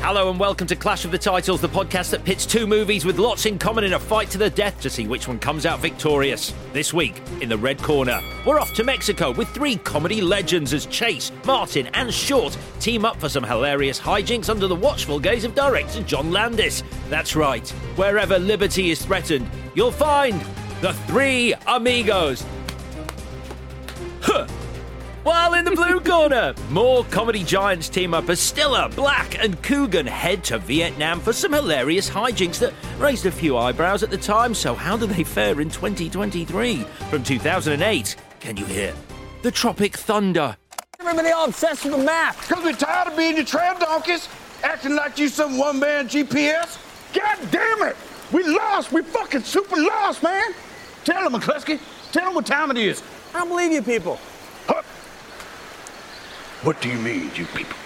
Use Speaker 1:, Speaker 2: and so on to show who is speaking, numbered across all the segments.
Speaker 1: Hello and welcome to Clash of the Titles, the podcast that pits two movies with lots in common in a fight to the death to see which one comes out victorious. This week, in the red corner, we're off to Mexico with three comedy legends as Chase, Martin, and Short team up for some hilarious hijinks under the watchful gaze of director John Landis. That's right, wherever liberty is threatened, you'll find the three amigos. While in the blue corner, more comedy giants team up as Stiller, Black, and Coogan head to Vietnam for some hilarious hijinks that raised a few eyebrows at the time. So, how do they fare in 2023? From 2008, can you hear the Tropic Thunder?
Speaker 2: Everybody all obsessed with the map.
Speaker 3: Because we're tired of being your trail donkeys, acting like you some one-man GPS. God damn it! We lost. We fucking super lost, man. Tell them, McCluskey. Tell them what time it is.
Speaker 2: I don't believe you people.
Speaker 3: Huh? What do you mean, you people?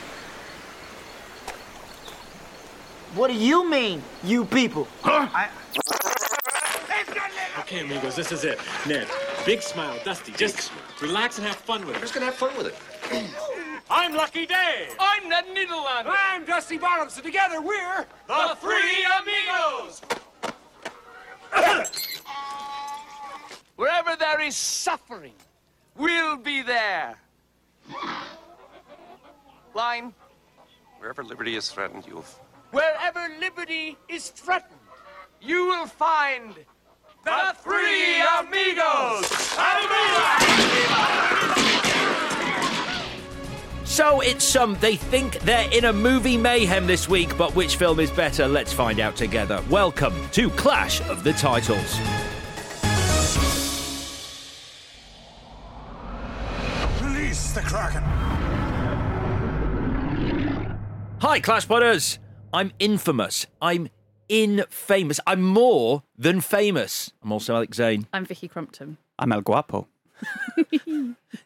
Speaker 4: What do you mean, you people?
Speaker 3: Huh?
Speaker 5: Okay, amigos, this is it. Ned, big smile, Dusty. Just relax and have fun with it.
Speaker 6: just gonna have fun with it.
Speaker 5: I'm Lucky Day. I'm Ned Needleland. I'm Dusty Bottoms, and together we're the Three Amigos.
Speaker 4: Wherever there is suffering, we'll be there. Line,
Speaker 6: Wherever liberty is threatened, you'll...
Speaker 4: wherever liberty is threatened, you will find
Speaker 5: The Three Amigos.
Speaker 1: So it's some they think they're in a movie mayhem this week, but which film is better? Let's find out together. Welcome to Clash of the Titles.
Speaker 3: Release the Kraken.
Speaker 1: Hi, Clash Potters. I'm infamous. I'm infamous. I'm more than famous. I'm also Alex Zane.
Speaker 7: I'm Vicky Crumpton.
Speaker 8: I'm El Guapo.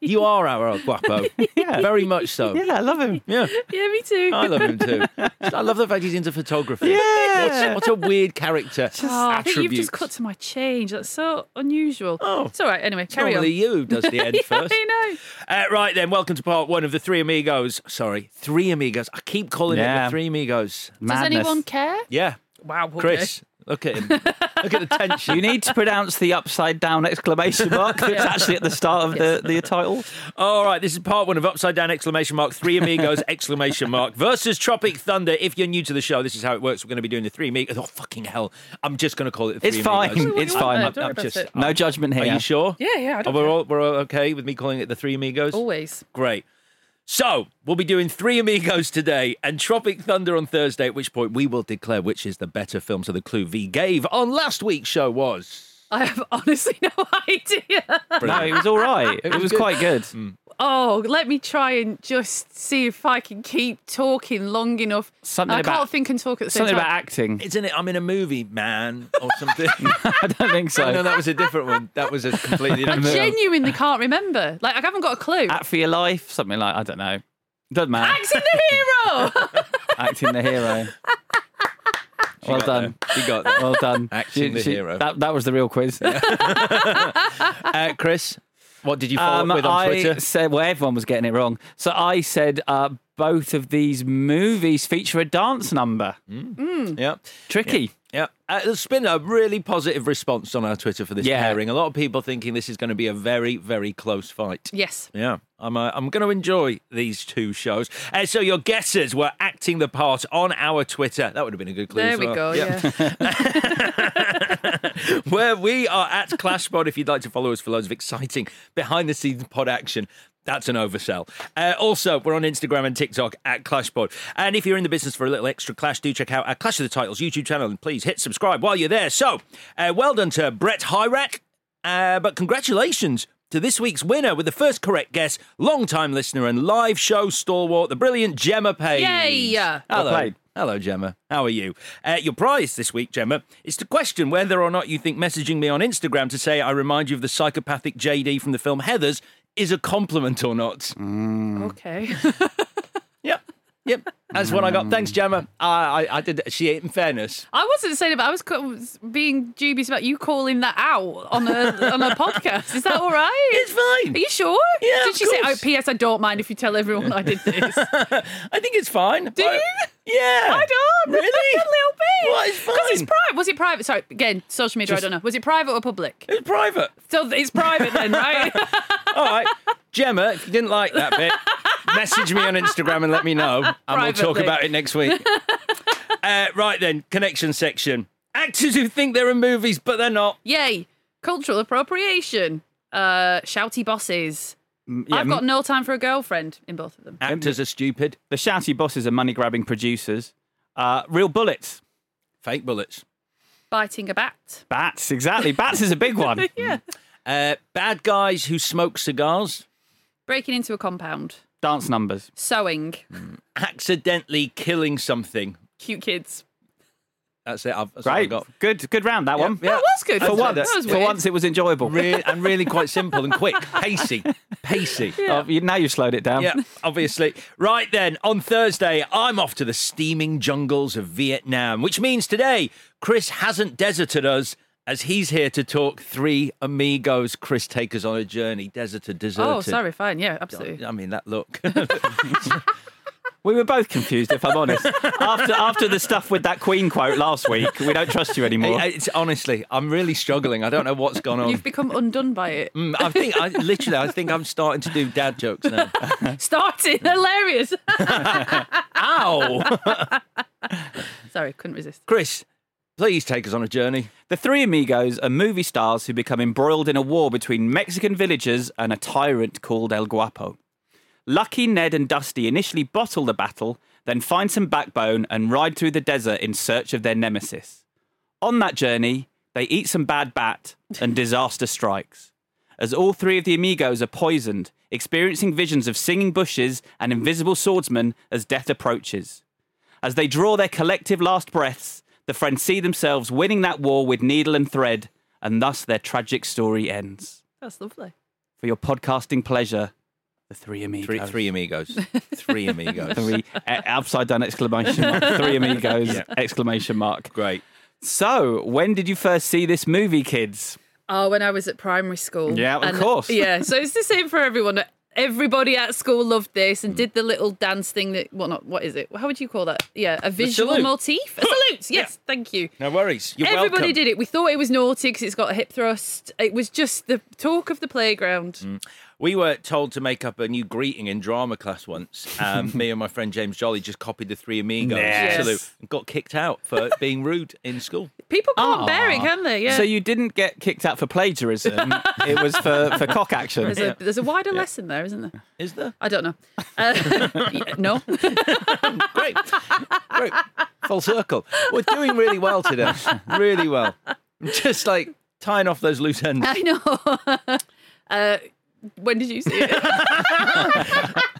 Speaker 1: You are our El guapo.
Speaker 8: Yeah.
Speaker 1: Very much so.
Speaker 8: Yeah, I love him.
Speaker 1: Yeah.
Speaker 7: Yeah, me too.
Speaker 1: I love him too. I love the fact he's into photography.
Speaker 8: Yeah.
Speaker 1: What, what a weird character. Just
Speaker 7: Oh, I think you've just cut to my change. That's so unusual.
Speaker 1: Oh.
Speaker 7: it's all right. Anyway, carry
Speaker 1: Normally
Speaker 7: on.
Speaker 1: you does the end
Speaker 7: Yeah,
Speaker 1: first.
Speaker 7: I know.
Speaker 1: Uh, right then, welcome to part one of the Three Amigos. Sorry, Three Amigos. I keep calling it
Speaker 8: Yeah.
Speaker 1: the Three Amigos.
Speaker 7: Does
Speaker 8: Madness.
Speaker 7: anyone care?
Speaker 1: Yeah.
Speaker 7: Wow, okay.
Speaker 1: Chris, look at him. look at the tension.
Speaker 8: You need to pronounce the upside down exclamation mark that's actually at the start of the, the title.
Speaker 1: All right, this is part one of Upside Down exclamation mark, Three Amigos exclamation mark versus Tropic Thunder. If you're new to the show, this is how it works. We're going to be doing the Three Amigos. Oh, fucking hell. I'm just going to call it the
Speaker 8: It's
Speaker 1: Three
Speaker 8: fine.
Speaker 1: Amigos.
Speaker 8: It's
Speaker 7: you want
Speaker 8: fine.
Speaker 7: there, don't worry about it.
Speaker 8: No judgment
Speaker 1: Are
Speaker 8: here.
Speaker 1: you sure?
Speaker 7: Yeah, yeah, I don't
Speaker 1: Are we
Speaker 7: care.
Speaker 1: all, we're all okay with me calling it the Three Amigos?
Speaker 7: Always.
Speaker 1: Great. So we'll be doing Three Amigos today and Tropic Thunder on Thursday, at which point we will declare which is the better film. So the clue V gave on last week's show was.
Speaker 7: I have honestly no idea.
Speaker 8: No, it was all right. It, was, quite good. Mm.
Speaker 7: oh, let me try and just see if I can keep talking long enough.
Speaker 1: Something
Speaker 7: I
Speaker 1: about-
Speaker 7: can't think and talk at the same time.
Speaker 8: acting,
Speaker 1: isn't it? I'm in a movie, man, or something. I
Speaker 8: don't think so.
Speaker 1: No, that was a different one. That was a completely
Speaker 7: I
Speaker 1: different.
Speaker 7: genuinely can't remember. Like I haven't got a clue.
Speaker 8: Act for your life, something like I don't know. Doesn't matter.
Speaker 7: Acting the hero.
Speaker 8: Acting the hero. well done.
Speaker 1: You got
Speaker 8: Well done.
Speaker 1: Acting
Speaker 8: She-
Speaker 1: the
Speaker 8: she-
Speaker 1: hero.
Speaker 8: That, that was the real quiz.
Speaker 1: uh, Chris, what did you follow
Speaker 8: Um,
Speaker 1: up with on
Speaker 8: I
Speaker 1: Twitter?
Speaker 8: Said, well, everyone was getting it wrong. So I said uh, both of these movies feature a dance number.
Speaker 1: Yep.
Speaker 8: Tricky.
Speaker 1: Yeah. Uh, there's been a really positive response on our Twitter for this
Speaker 8: Yeah.
Speaker 1: pairing. A lot of people thinking this is going to be a very, very close fight.
Speaker 7: Yes.
Speaker 1: Yeah, I'm. Uh, I'm going to enjoy these two shows. Uh, so your guesses were acting the part on our Twitter. That would have been a good clue.
Speaker 7: There
Speaker 1: as
Speaker 7: we
Speaker 1: well.
Speaker 7: go,
Speaker 1: Where we are at ClashPod. If you'd like to follow us for loads of exciting behind-the-scenes pod action. That's an oversell. Uh, also, we're on Instagram and TikTok at ClashPod. And if you're in the business for a little extra clash, do check out our Clash of the Titles YouTube channel and please hit subscribe while you're there. So, uh, well done to Brett Hyrack. Uh, but congratulations to this week's winner with the first correct guess, long-time listener and live show stalwart, the brilliant Gemma Page.
Speaker 7: Yay! Well
Speaker 1: Hello.
Speaker 8: played.
Speaker 1: Hello, Gemma. How are you? Uh, your prize this week, Gemma, is to question whether or not you think messaging me on Instagram to say I remind you of the psychopathic JD from the film Heathers is a compliment or not.
Speaker 7: Okay.
Speaker 1: Yep. Yep. That's what I got. Thanks, Gemma. I, I, I did. She, in fairness,
Speaker 7: I wasn't saying about. I was co- being dubious about you calling that out on a on a podcast. Is that all right? It's
Speaker 1: fine.
Speaker 7: Are you sure?
Speaker 1: Yeah,
Speaker 7: Did
Speaker 1: of
Speaker 7: she say? Oh,
Speaker 1: course.
Speaker 7: P.S. I don't mind if you tell everyone I did this.
Speaker 1: I think it's fine.
Speaker 7: Do you?
Speaker 1: Yeah.
Speaker 7: I don't.
Speaker 1: Really?
Speaker 7: a little bit.
Speaker 1: Well, it's
Speaker 7: Because it's
Speaker 1: fine.
Speaker 7: private. Was it private? Sorry. Again, social media.
Speaker 1: Just-
Speaker 7: I don't know. Was it private or public?
Speaker 1: it's private.
Speaker 7: So it's private then, right?
Speaker 1: All right, Gemma. If you didn't like that bit, message me on Instagram and let me know, and we'll talk
Speaker 7: Privately.
Speaker 1: about it next week. uh, right then, connection section. Actors who think they're in movies but they're not.
Speaker 7: Yay! Cultural appropriation. Uh, shouty bosses.
Speaker 8: yeah,
Speaker 7: I've got
Speaker 8: m-
Speaker 7: no time for a girlfriend in both of them.
Speaker 1: Actors are stupid.
Speaker 8: The shouty bosses are money grabbing producers. Uh, real bullets.
Speaker 1: Fake bullets.
Speaker 7: Biting a bat.
Speaker 8: Bats, exactly. Bats is a big one.
Speaker 7: yeah.
Speaker 1: Uh, bad guys who smoke cigars.
Speaker 7: Breaking into a compound.
Speaker 8: Dance numbers.
Speaker 7: Sewing.
Speaker 1: Accidentally killing something.
Speaker 7: Cute kids.
Speaker 1: That's it. I've, that's all I
Speaker 8: Great.
Speaker 1: got.
Speaker 8: Good good round, that one.
Speaker 1: yeah.
Speaker 7: That was good.
Speaker 8: For
Speaker 7: wasn't it?
Speaker 8: once,
Speaker 7: That was
Speaker 8: for
Speaker 7: weird.
Speaker 8: once, it was enjoyable.
Speaker 1: Re- and really quite simple and quick. Pacey. Pacey.
Speaker 8: Oh, you, now you've slowed it down.
Speaker 1: Yeah, obviously. Right then, on Thursday, I'm off to the steaming jungles of Vietnam, which means today Chris hasn't deserted us as he's here to talk three amigos. Chris, take us on a journey. Deserted, deserted.
Speaker 7: Oh, sorry. Fine. Yeah, absolutely.
Speaker 1: I mean, that look.
Speaker 8: We were both confused, if I'm honest. after after the stuff with that Queen quote last week, we don't trust you anymore.
Speaker 1: it's honestly, I'm really struggling. I don't know what's gone on.
Speaker 7: You've become undone by it.
Speaker 1: Mm, I think I literally I think I'm starting to do dad jokes now.
Speaker 8: Mm.
Speaker 7: Starting hilarious.
Speaker 1: Ow.
Speaker 7: Sorry, couldn't resist.
Speaker 1: Chris, please take us on a journey.
Speaker 8: The three amigos are movie stars who become embroiled in a war between Mexican villagers and a tyrant called El Guapo. Lucky, Ned, and Dusty initially bottle the battle, then find some backbone and ride through the desert in search of their nemesis. On that journey, they eat some bad bat and disaster strikes. As all three of the amigos are poisoned, experiencing visions of singing bushes and invisible swordsmen as death approaches. As they draw their collective last breaths, the friends see themselves winning that war with needle and thread, and thus their tragic story ends.
Speaker 7: That's lovely.
Speaker 8: For your podcasting pleasure, the three amigos.
Speaker 1: Three, three amigos. Three amigos.
Speaker 8: Three- eh, upside down exclamation mark. Three amigos
Speaker 1: Yeah.
Speaker 8: exclamation mark.
Speaker 1: Great.
Speaker 8: So, when did you first see this movie, kids?
Speaker 7: Oh, when I was at primary school.
Speaker 8: Yeah, of
Speaker 7: And-
Speaker 8: course.
Speaker 7: Yeah, so it's the same for everyone. Everybody at school loved this
Speaker 8: Mm.
Speaker 7: and did the little dance thing that, well, not, what is it? How would you call that? Yeah, a visual
Speaker 1: salute.
Speaker 7: motif? A salute, yes, thank you.
Speaker 1: No worries. You're
Speaker 7: Everybody
Speaker 1: welcome.
Speaker 7: did it. We thought it was naughty because it's got a hip thrust. It was just the talk of the playground.
Speaker 8: Mm.
Speaker 1: We were told to make up a new greeting in drama class once. Um, me and my friend James Jolly just copied the Three Amigos
Speaker 8: Yes.
Speaker 1: salute and got kicked out for being rude in school.
Speaker 7: People can't bear it,
Speaker 8: Aw.
Speaker 7: can they? Yeah.
Speaker 8: So, you didn't get kicked out for plagiarism, it was for, for cock action.
Speaker 7: there's, a, there's a wider lesson there, isn't there?
Speaker 1: Is there?
Speaker 7: I don't know. Uh, yeah, no.
Speaker 1: Great. Great. Full circle. We're doing really well today. Really well. Just like tying off those loose ends.
Speaker 7: I know. uh, When did you see it?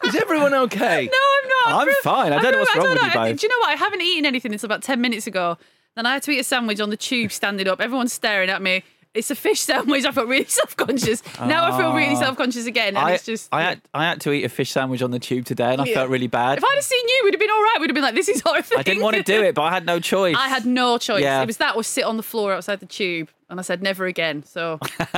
Speaker 1: Is everyone okay?
Speaker 7: No, I'm not.
Speaker 8: I'm
Speaker 7: real-
Speaker 8: fine. I don't know
Speaker 7: real-
Speaker 8: what's wrong with
Speaker 7: know.
Speaker 8: you
Speaker 7: I-
Speaker 8: both.
Speaker 7: Do you know what? I haven't eaten anything until about 10 minutes ago. Then I had to eat a sandwich on the tube standing up. Everyone's staring at me. It's a fish sandwich. I felt really self conscious. Now I feel really
Speaker 8: Ah.
Speaker 7: self conscious again. And
Speaker 8: I,
Speaker 7: it's just.
Speaker 8: I, had, I had to eat a fish sandwich on the tube today and I
Speaker 7: Yeah.
Speaker 8: felt really bad.
Speaker 7: If I'd have seen you, we'd have been all right. We'd have been like, this is our thing.
Speaker 8: I didn't want to do it, but I had no choice.
Speaker 7: I had no choice.
Speaker 8: Yeah.
Speaker 7: It was that or sit on the floor outside the tube. And I said, never again. So,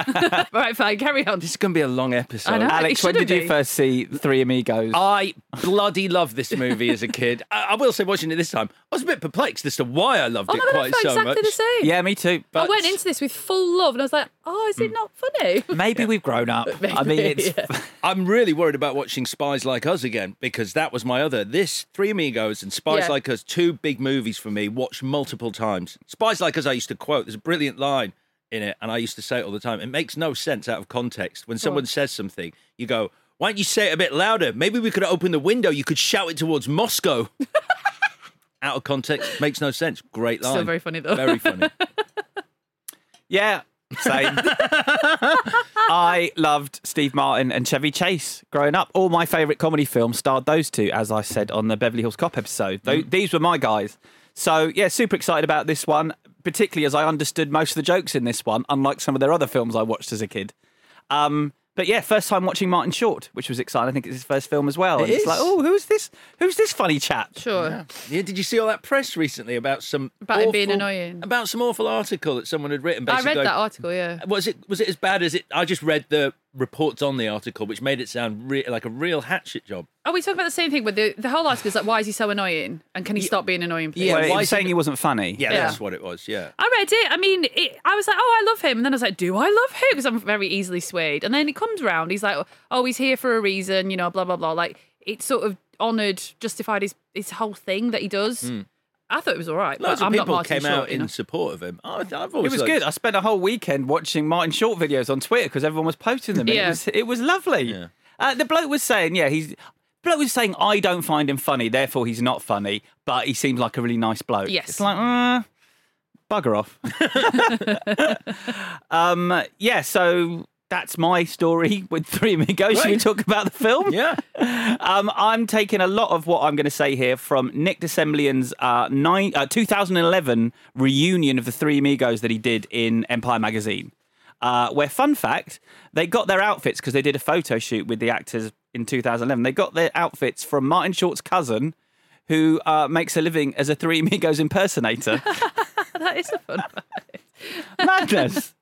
Speaker 7: right, fine, carry on.
Speaker 1: This is going to be a long episode.
Speaker 7: I know,
Speaker 8: Alex,
Speaker 7: it
Speaker 8: when did
Speaker 7: shouldn't
Speaker 8: you
Speaker 7: be.
Speaker 8: first see Three Amigos?
Speaker 1: I bloody loved this movie as a kid. I, I will say, watching it this time, I was a bit perplexed as to why I loved
Speaker 7: Oh
Speaker 1: it
Speaker 7: my God, I
Speaker 1: quite
Speaker 7: felt
Speaker 1: so
Speaker 7: exactly
Speaker 1: much.
Speaker 7: the same. Yeah,
Speaker 8: me too.
Speaker 7: I went into this with full love and I was like, oh,
Speaker 8: Hmm.
Speaker 7: is it not funny?
Speaker 8: Maybe we've grown up. I mean, it's
Speaker 1: I'm really worried about watching Spies Like Us again because that was my other. This Three Amigos and Spies
Speaker 7: Yeah.
Speaker 1: Like Us, two big movies for me, watched multiple times. Spies Like Us, I used to quote. There's a brilliant line in it, and I used to say it all the time. It makes no sense out of context. When someone says something, you go, "Why don't you say it a bit louder? Maybe we could open the window. You could shout it towards Moscow." out of context, makes no sense. Great line.
Speaker 7: Still very funny, though.
Speaker 1: Very funny.
Speaker 8: yeah, same. I loved Steve Martin and Chevy Chase growing up. All my favourite comedy films starred those two, as I said on the Beverly Hills Cop episode. Tho- These were my guys. So, yeah, super excited about this one, particularly as I understood most of the jokes in this one, unlike some of their other films I watched as a kid. Um, but yeah, first time watching Martin Short, which was exciting. I think it's his first film as well.
Speaker 1: It
Speaker 8: and it's
Speaker 1: is.
Speaker 8: like, oh, who's this? Who's this funny chap?
Speaker 7: Sure.
Speaker 1: Yeah, did you see all that press recently about some
Speaker 7: About him being
Speaker 1: awful-
Speaker 7: annoying.
Speaker 1: About some awful article that someone had written.
Speaker 7: I
Speaker 1: Basically
Speaker 7: read
Speaker 1: going,
Speaker 7: that article, yeah.
Speaker 1: Was it was it as bad as it? I just read the reports on the article, which made it sound re- like a real hatchet job.
Speaker 7: Are Oh, we talking about the same thing? But the, the whole article is like, why is he so annoying? And can he stop being annoying? Please?
Speaker 8: well, why saying he wasn't funny?
Speaker 1: Yeah,
Speaker 7: Yeah.
Speaker 1: that's what it was. Yeah.
Speaker 7: I read it. I mean, it, I was like, oh, I love him. And then I was like, do I love him? Because I'm very easily swayed. And then he comes round. He's like, oh, he's here for a reason, you know, blah, blah, blah. Like, it sort of honoured, justified his, his whole thing that he does.
Speaker 8: Hmm.
Speaker 7: I thought it was all right.
Speaker 1: Lots
Speaker 7: but
Speaker 1: of
Speaker 7: I'm not
Speaker 1: people
Speaker 7: Martin
Speaker 1: came
Speaker 7: Short,
Speaker 1: out
Speaker 7: you
Speaker 1: in
Speaker 7: know.
Speaker 1: support of him. I, I've
Speaker 8: It
Speaker 1: always
Speaker 8: was
Speaker 1: liked-
Speaker 8: good. I spent a whole weekend watching Martin Short videos on Twitter because everyone was posting them. and
Speaker 7: Yeah.
Speaker 8: It, was, it was lovely. Uh, the bloke was saying, yeah, he's. Bloke was saying, I don't find him funny, therefore he's not funny, but he seems like a really nice bloke.
Speaker 7: Yes.
Speaker 8: It's like, uh, bugger off. um, yeah, so that's my story with Three Amigos. Should we
Speaker 1: Great.
Speaker 8: talk about the film?
Speaker 1: Yeah.
Speaker 8: Um, I'm taking a lot of what I'm going to say here from Nick Dissemblian's uh, nine, uh, 2011 reunion of the Three Amigos that he did in Empire magazine. Uh, where, fun fact, they got their outfits because they did a photo shoot with the actors in 2011. They got their outfits from Martin Short's cousin, who uh, makes a living as a Three Amigos impersonator.
Speaker 7: that is a fun fact.
Speaker 8: Madness.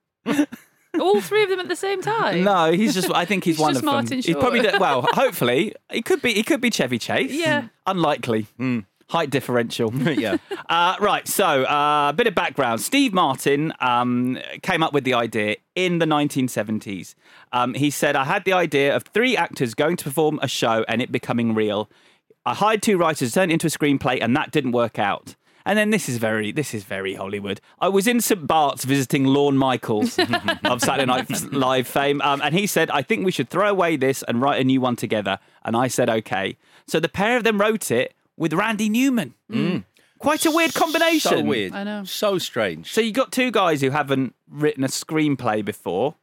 Speaker 7: All three of them at the same time.
Speaker 8: No, he's just. I think he's,
Speaker 7: He's
Speaker 8: one
Speaker 7: just
Speaker 8: of them.
Speaker 7: Martin
Speaker 8: He's probably
Speaker 7: Short.
Speaker 8: de- well. Hopefully, he could be. He could be Chevy Chase. Hmm.
Speaker 7: Yeah.
Speaker 8: Unlikely. Hmm. Height differential.
Speaker 1: yeah.
Speaker 8: Uh, right. So, uh, a bit of background. Steve Martin um, came up with the idea in the 1970s. Um, he said, "I had the idea of three actors going to perform a show and it becoming real. I hired two writers, turned it into a screenplay, and that didn't work out." And then this is very this is very Hollywood. I was in St Bart's visiting Lorne Michaels of Saturday Night Live fame, um, and he said, "I think we should throw away this and write a new one together." And I said, "Okay." So the pair of them wrote it with Randy Newman. Quite a weird combination.
Speaker 1: Mm. So weird.
Speaker 7: I know.
Speaker 1: So strange.
Speaker 8: So you got two guys who haven't written a screenplay before.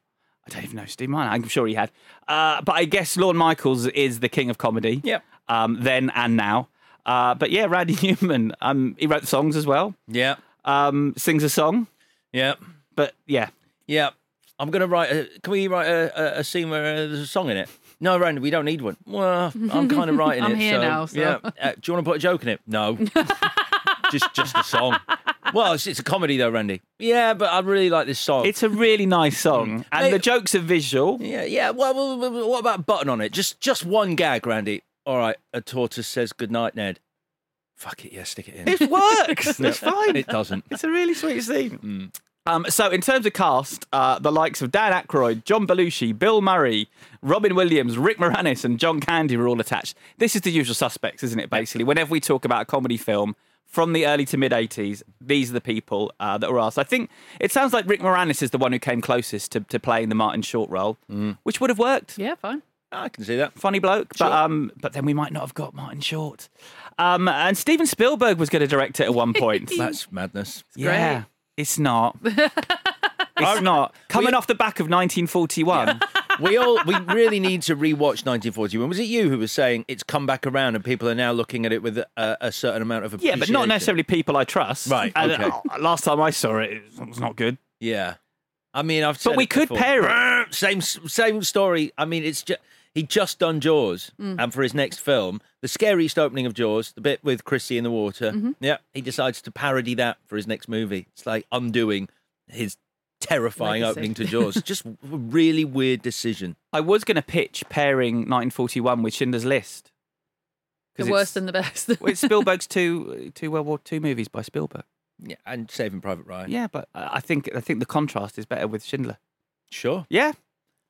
Speaker 8: I don't even know Steve Martin. I'm sure he had, uh, but I guess Lorne Michaels is the king of comedy.
Speaker 1: Yep.
Speaker 8: Um, then and now, uh, but yeah, Randy Newman. Um, he wrote songs as well.
Speaker 1: Yeah.
Speaker 8: Um, sings a song,
Speaker 1: Yeah.
Speaker 8: but yeah,
Speaker 1: Yeah. I'm gonna write. A, can we write a, a, a scene where uh, there's a song in it? No, Randy, we don't need one. Well, I'm kind of writing
Speaker 7: I'm
Speaker 1: it.
Speaker 7: here
Speaker 1: so,
Speaker 7: now, so-
Speaker 1: Yeah. Uh, do you want to put a joke in it? No. just just a song. Well, it's, it's a comedy though, Randy. Yeah, but I really like this song.
Speaker 8: it's a really nice song, and
Speaker 1: Mate-
Speaker 8: the jokes are visual.
Speaker 1: yeah, yeah. Well, well, well, well, what about button on it? Just just one gag, Randy. All right. A tortoise says goodnight, Ned. Fuck it. Yeah, stick it in.
Speaker 8: It works.
Speaker 1: No,
Speaker 8: it's fine.
Speaker 1: It doesn't.
Speaker 8: It's a really sweet scene. Um, so, in terms of cast, uh, the likes of Dan Aykroyd, John Belushi, Bill Murray, Robin Williams, Rick Moranis, and John Candy were all attached. This is the usual suspects, isn't it? Basically, whenever we talk about a comedy film from the early to mid 80s, these are the people uh, that were asked. I think it sounds like Rick Moranis is the one who came closest to, to playing the Martin Short role, which would have worked
Speaker 7: Yeah, fine.
Speaker 1: I can see that.
Speaker 8: funny bloke, but um, but then we might not have got Martin Short. Um, and Steven Spielberg was going to direct it at one point.
Speaker 1: That's madness.
Speaker 8: yeah,
Speaker 1: Oh,
Speaker 8: it's not. it's not coming off the back of 1941.
Speaker 1: we all we really need to rewatch 1941. Was it you who was saying it's come back around and people are now looking at it with a, a certain amount of
Speaker 8: Yeah,
Speaker 1: appreciation?
Speaker 8: but not necessarily people I trust.
Speaker 1: Right,
Speaker 8: And,
Speaker 1: okay.
Speaker 8: uh, last time I saw it, it was not good.
Speaker 1: Yeah, I mean, I've. Said
Speaker 8: we
Speaker 1: it
Speaker 8: could
Speaker 1: before.
Speaker 8: pair it.
Speaker 1: Brr, Same same story. I mean, it's just he just done Jaws,
Speaker 8: Mm.
Speaker 1: and for his next film, the scariest opening of Jaws, the bit with Chrissy in the water.
Speaker 7: Mm-hmm.
Speaker 8: Mhm.
Speaker 1: Yeah, he decides to parody that for his next movie. It's like undoing his terrifying
Speaker 8: Legacy.
Speaker 1: opening to Jaws. just a really weird decision.
Speaker 8: I was going to pitch pairing 1941 with Schindler's List.
Speaker 7: The
Speaker 8: 'Cause
Speaker 7: worst and the best.
Speaker 8: Well, it's Spielberg's two uh, two World War II movies by Spielberg.
Speaker 1: Yeah, and Saving Private Ryan.
Speaker 8: Yeah, but I I think I think the contrast is better with Schindler.
Speaker 1: Sure.
Speaker 8: Yeah,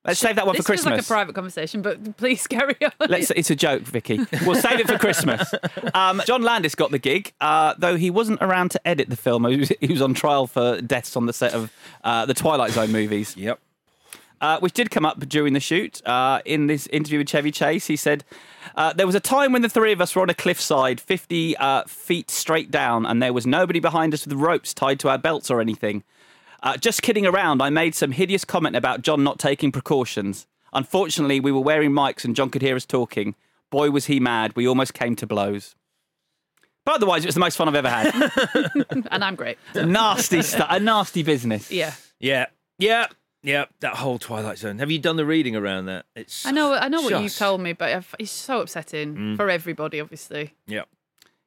Speaker 8: let's save that one
Speaker 7: this
Speaker 8: for
Speaker 7: feels like a
Speaker 8: Christmas.
Speaker 7: private conversation, but please carry on.
Speaker 8: Let's, it's a joke, Vicky. We'll save it for Christmas. Um, John Landis got the gig, uh, though he wasn't around to edit the film. He was, he was on trial for deaths on the set of uh, the Twilight Zone movies.
Speaker 1: Yep.
Speaker 8: Uh, which did come up during the shoot. Uh, in this interview with Chevy Chase, he said, uh, There was a time when the three of us were on a cliffside, 50 uh, feet straight down, and there was nobody behind us with ropes tied to our belts or anything. Uh, just kidding around, I made some hideous comment about John not taking precautions. Unfortunately, we were wearing mics and John could hear us talking. Boy, was he mad. We almost came to blows. But otherwise, it was the most fun I've ever had.
Speaker 7: and I'm great.
Speaker 8: nasty stuff. A nasty business.
Speaker 7: Yeah.
Speaker 1: Yeah, yeah, yeah. That whole Twilight Zone. Have you done the reading around that? It's
Speaker 7: I know, I know what you
Speaker 1: just-
Speaker 7: told me, but I've- it's so upsetting
Speaker 8: Mm.
Speaker 7: for everybody, obviously.
Speaker 1: Yeah.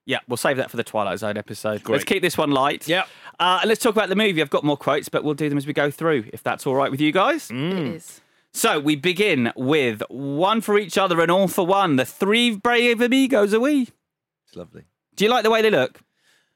Speaker 8: Yeah, we'll save that for the Twilight Zone episode.
Speaker 1: Great.
Speaker 8: Let's keep this one light. Yeah. Uh, let's talk about the movie. I've got more quotes, but we'll do them as we go through, if that's all right with you guys.
Speaker 7: It is.
Speaker 8: So we begin with one for each other and all for one. The three brave amigos are we.
Speaker 1: It's lovely.
Speaker 8: Do you like the way they look?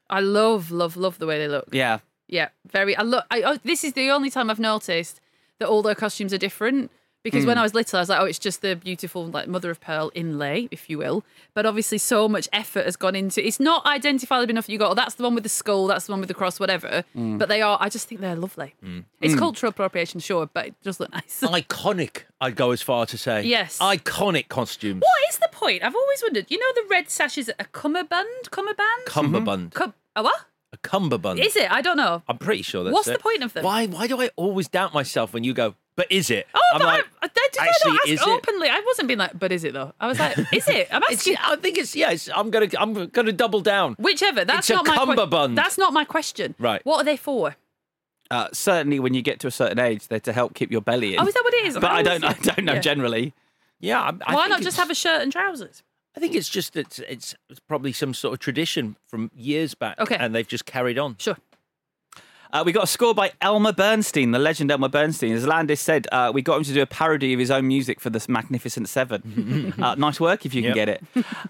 Speaker 7: I love, love, love the way they look.
Speaker 8: Yeah.
Speaker 7: Yeah, very. I look. I, oh, this is the only time I've noticed that all their costumes are different. Because when
Speaker 8: Mm.
Speaker 7: I was little, I was like, "Oh, it's just the beautiful like mother of pearl inlay, if you will." But obviously, so much effort has gone into. It's not identifiable enough. You go, "Oh, that's the one with the skull. That's the one with the cross, whatever."
Speaker 1: Mm.
Speaker 7: But they are. I just think they're lovely. It's
Speaker 1: Mm.
Speaker 7: cultural appropriation, sure, but it does look
Speaker 1: Oh.
Speaker 7: nice.
Speaker 1: iconic. I'd go as far to say
Speaker 7: Yes.
Speaker 1: iconic costumes.
Speaker 7: What is the point? I've always wondered. You know, the red sash is a cummerbund. Cummerband.
Speaker 1: Cummerbund.
Speaker 7: Cum- a what?
Speaker 1: A cummerbund.
Speaker 7: Mm-hmm. Is it? I don't know.
Speaker 1: I'm pretty sure that's
Speaker 7: What's
Speaker 1: it.
Speaker 7: the point of them?
Speaker 1: Why? Why do I always doubt myself when you go? But is it?
Speaker 7: Oh,
Speaker 1: I'm
Speaker 7: but
Speaker 1: like,
Speaker 7: I, I, did I
Speaker 1: actually,
Speaker 7: not
Speaker 1: is
Speaker 7: ask
Speaker 1: it?
Speaker 7: openly? I wasn't being like, but is it though? I was like, is it? I'm
Speaker 1: It's-
Speaker 7: asking.
Speaker 1: I think it's yes. I'm gonna. I'm gonna double down.
Speaker 7: Whichever.
Speaker 1: It's
Speaker 7: That's
Speaker 1: a
Speaker 7: not my que-
Speaker 1: cummerbund.
Speaker 7: That's not my question.
Speaker 8: Right.
Speaker 7: What are they for?
Speaker 8: Uh, certainly, when you get to a certain age, they're to help keep your belly in.
Speaker 7: Oh, is that what it is?
Speaker 8: But I don't.
Speaker 7: Oh,
Speaker 8: I
Speaker 7: is it?
Speaker 8: don't know
Speaker 7: Yeah.
Speaker 8: generally.
Speaker 1: Yeah. I, I
Speaker 7: Why
Speaker 1: think
Speaker 7: not just
Speaker 1: it's-
Speaker 7: have a shirt and trousers?
Speaker 1: I think it's just it's, it's it's probably some sort of tradition from years back.
Speaker 7: Okay.
Speaker 1: And they've just carried on.
Speaker 7: Sure.
Speaker 8: Uh, we got a score by Elmer Bernstein, the legend Elmer Bernstein. As Landis said, uh, we got him to do a parody of his own music for this Magnificent Seven. uh, nice work if you can get it.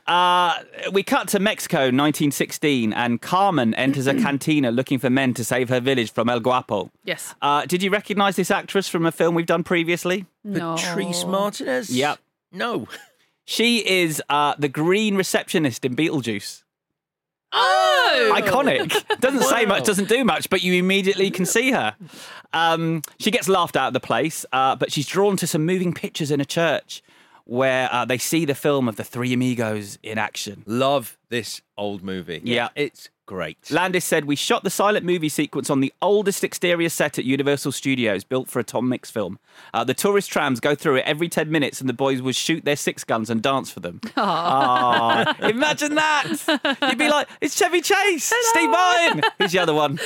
Speaker 8: Uh, we cut to Mexico, 1916, and Carmen enters a cantina looking for men to save her village from El Guapo.
Speaker 7: Yes.
Speaker 8: Uh, did you recognise this actress from a film we've done previously?
Speaker 7: No.
Speaker 1: Patrice Martinez.
Speaker 8: Yep.
Speaker 1: No.
Speaker 8: She is uh, the green receptionist in Beetlejuice.
Speaker 7: Oh.
Speaker 8: Iconic. Doesn't say
Speaker 7: Wow.
Speaker 8: much, doesn't do much, but you immediately can see her. Um, she gets laughed out of the place, uh, but she's drawn to some moving pictures in a church where uh, they see the film of the Three Amigos in action.
Speaker 1: Love this old movie.
Speaker 8: Yeah.
Speaker 1: It's great.
Speaker 8: Landis said, We shot the silent movie sequence on the oldest exterior set at Universal Studios, built for a Tom Mix film. Uh, the tourist trams go through it every 10 minutes, and the boys would shoot their six guns and dance for them. Ah, imagine that. You'd be like, it's Chevy Chase, Steve Martin. Who's the other one?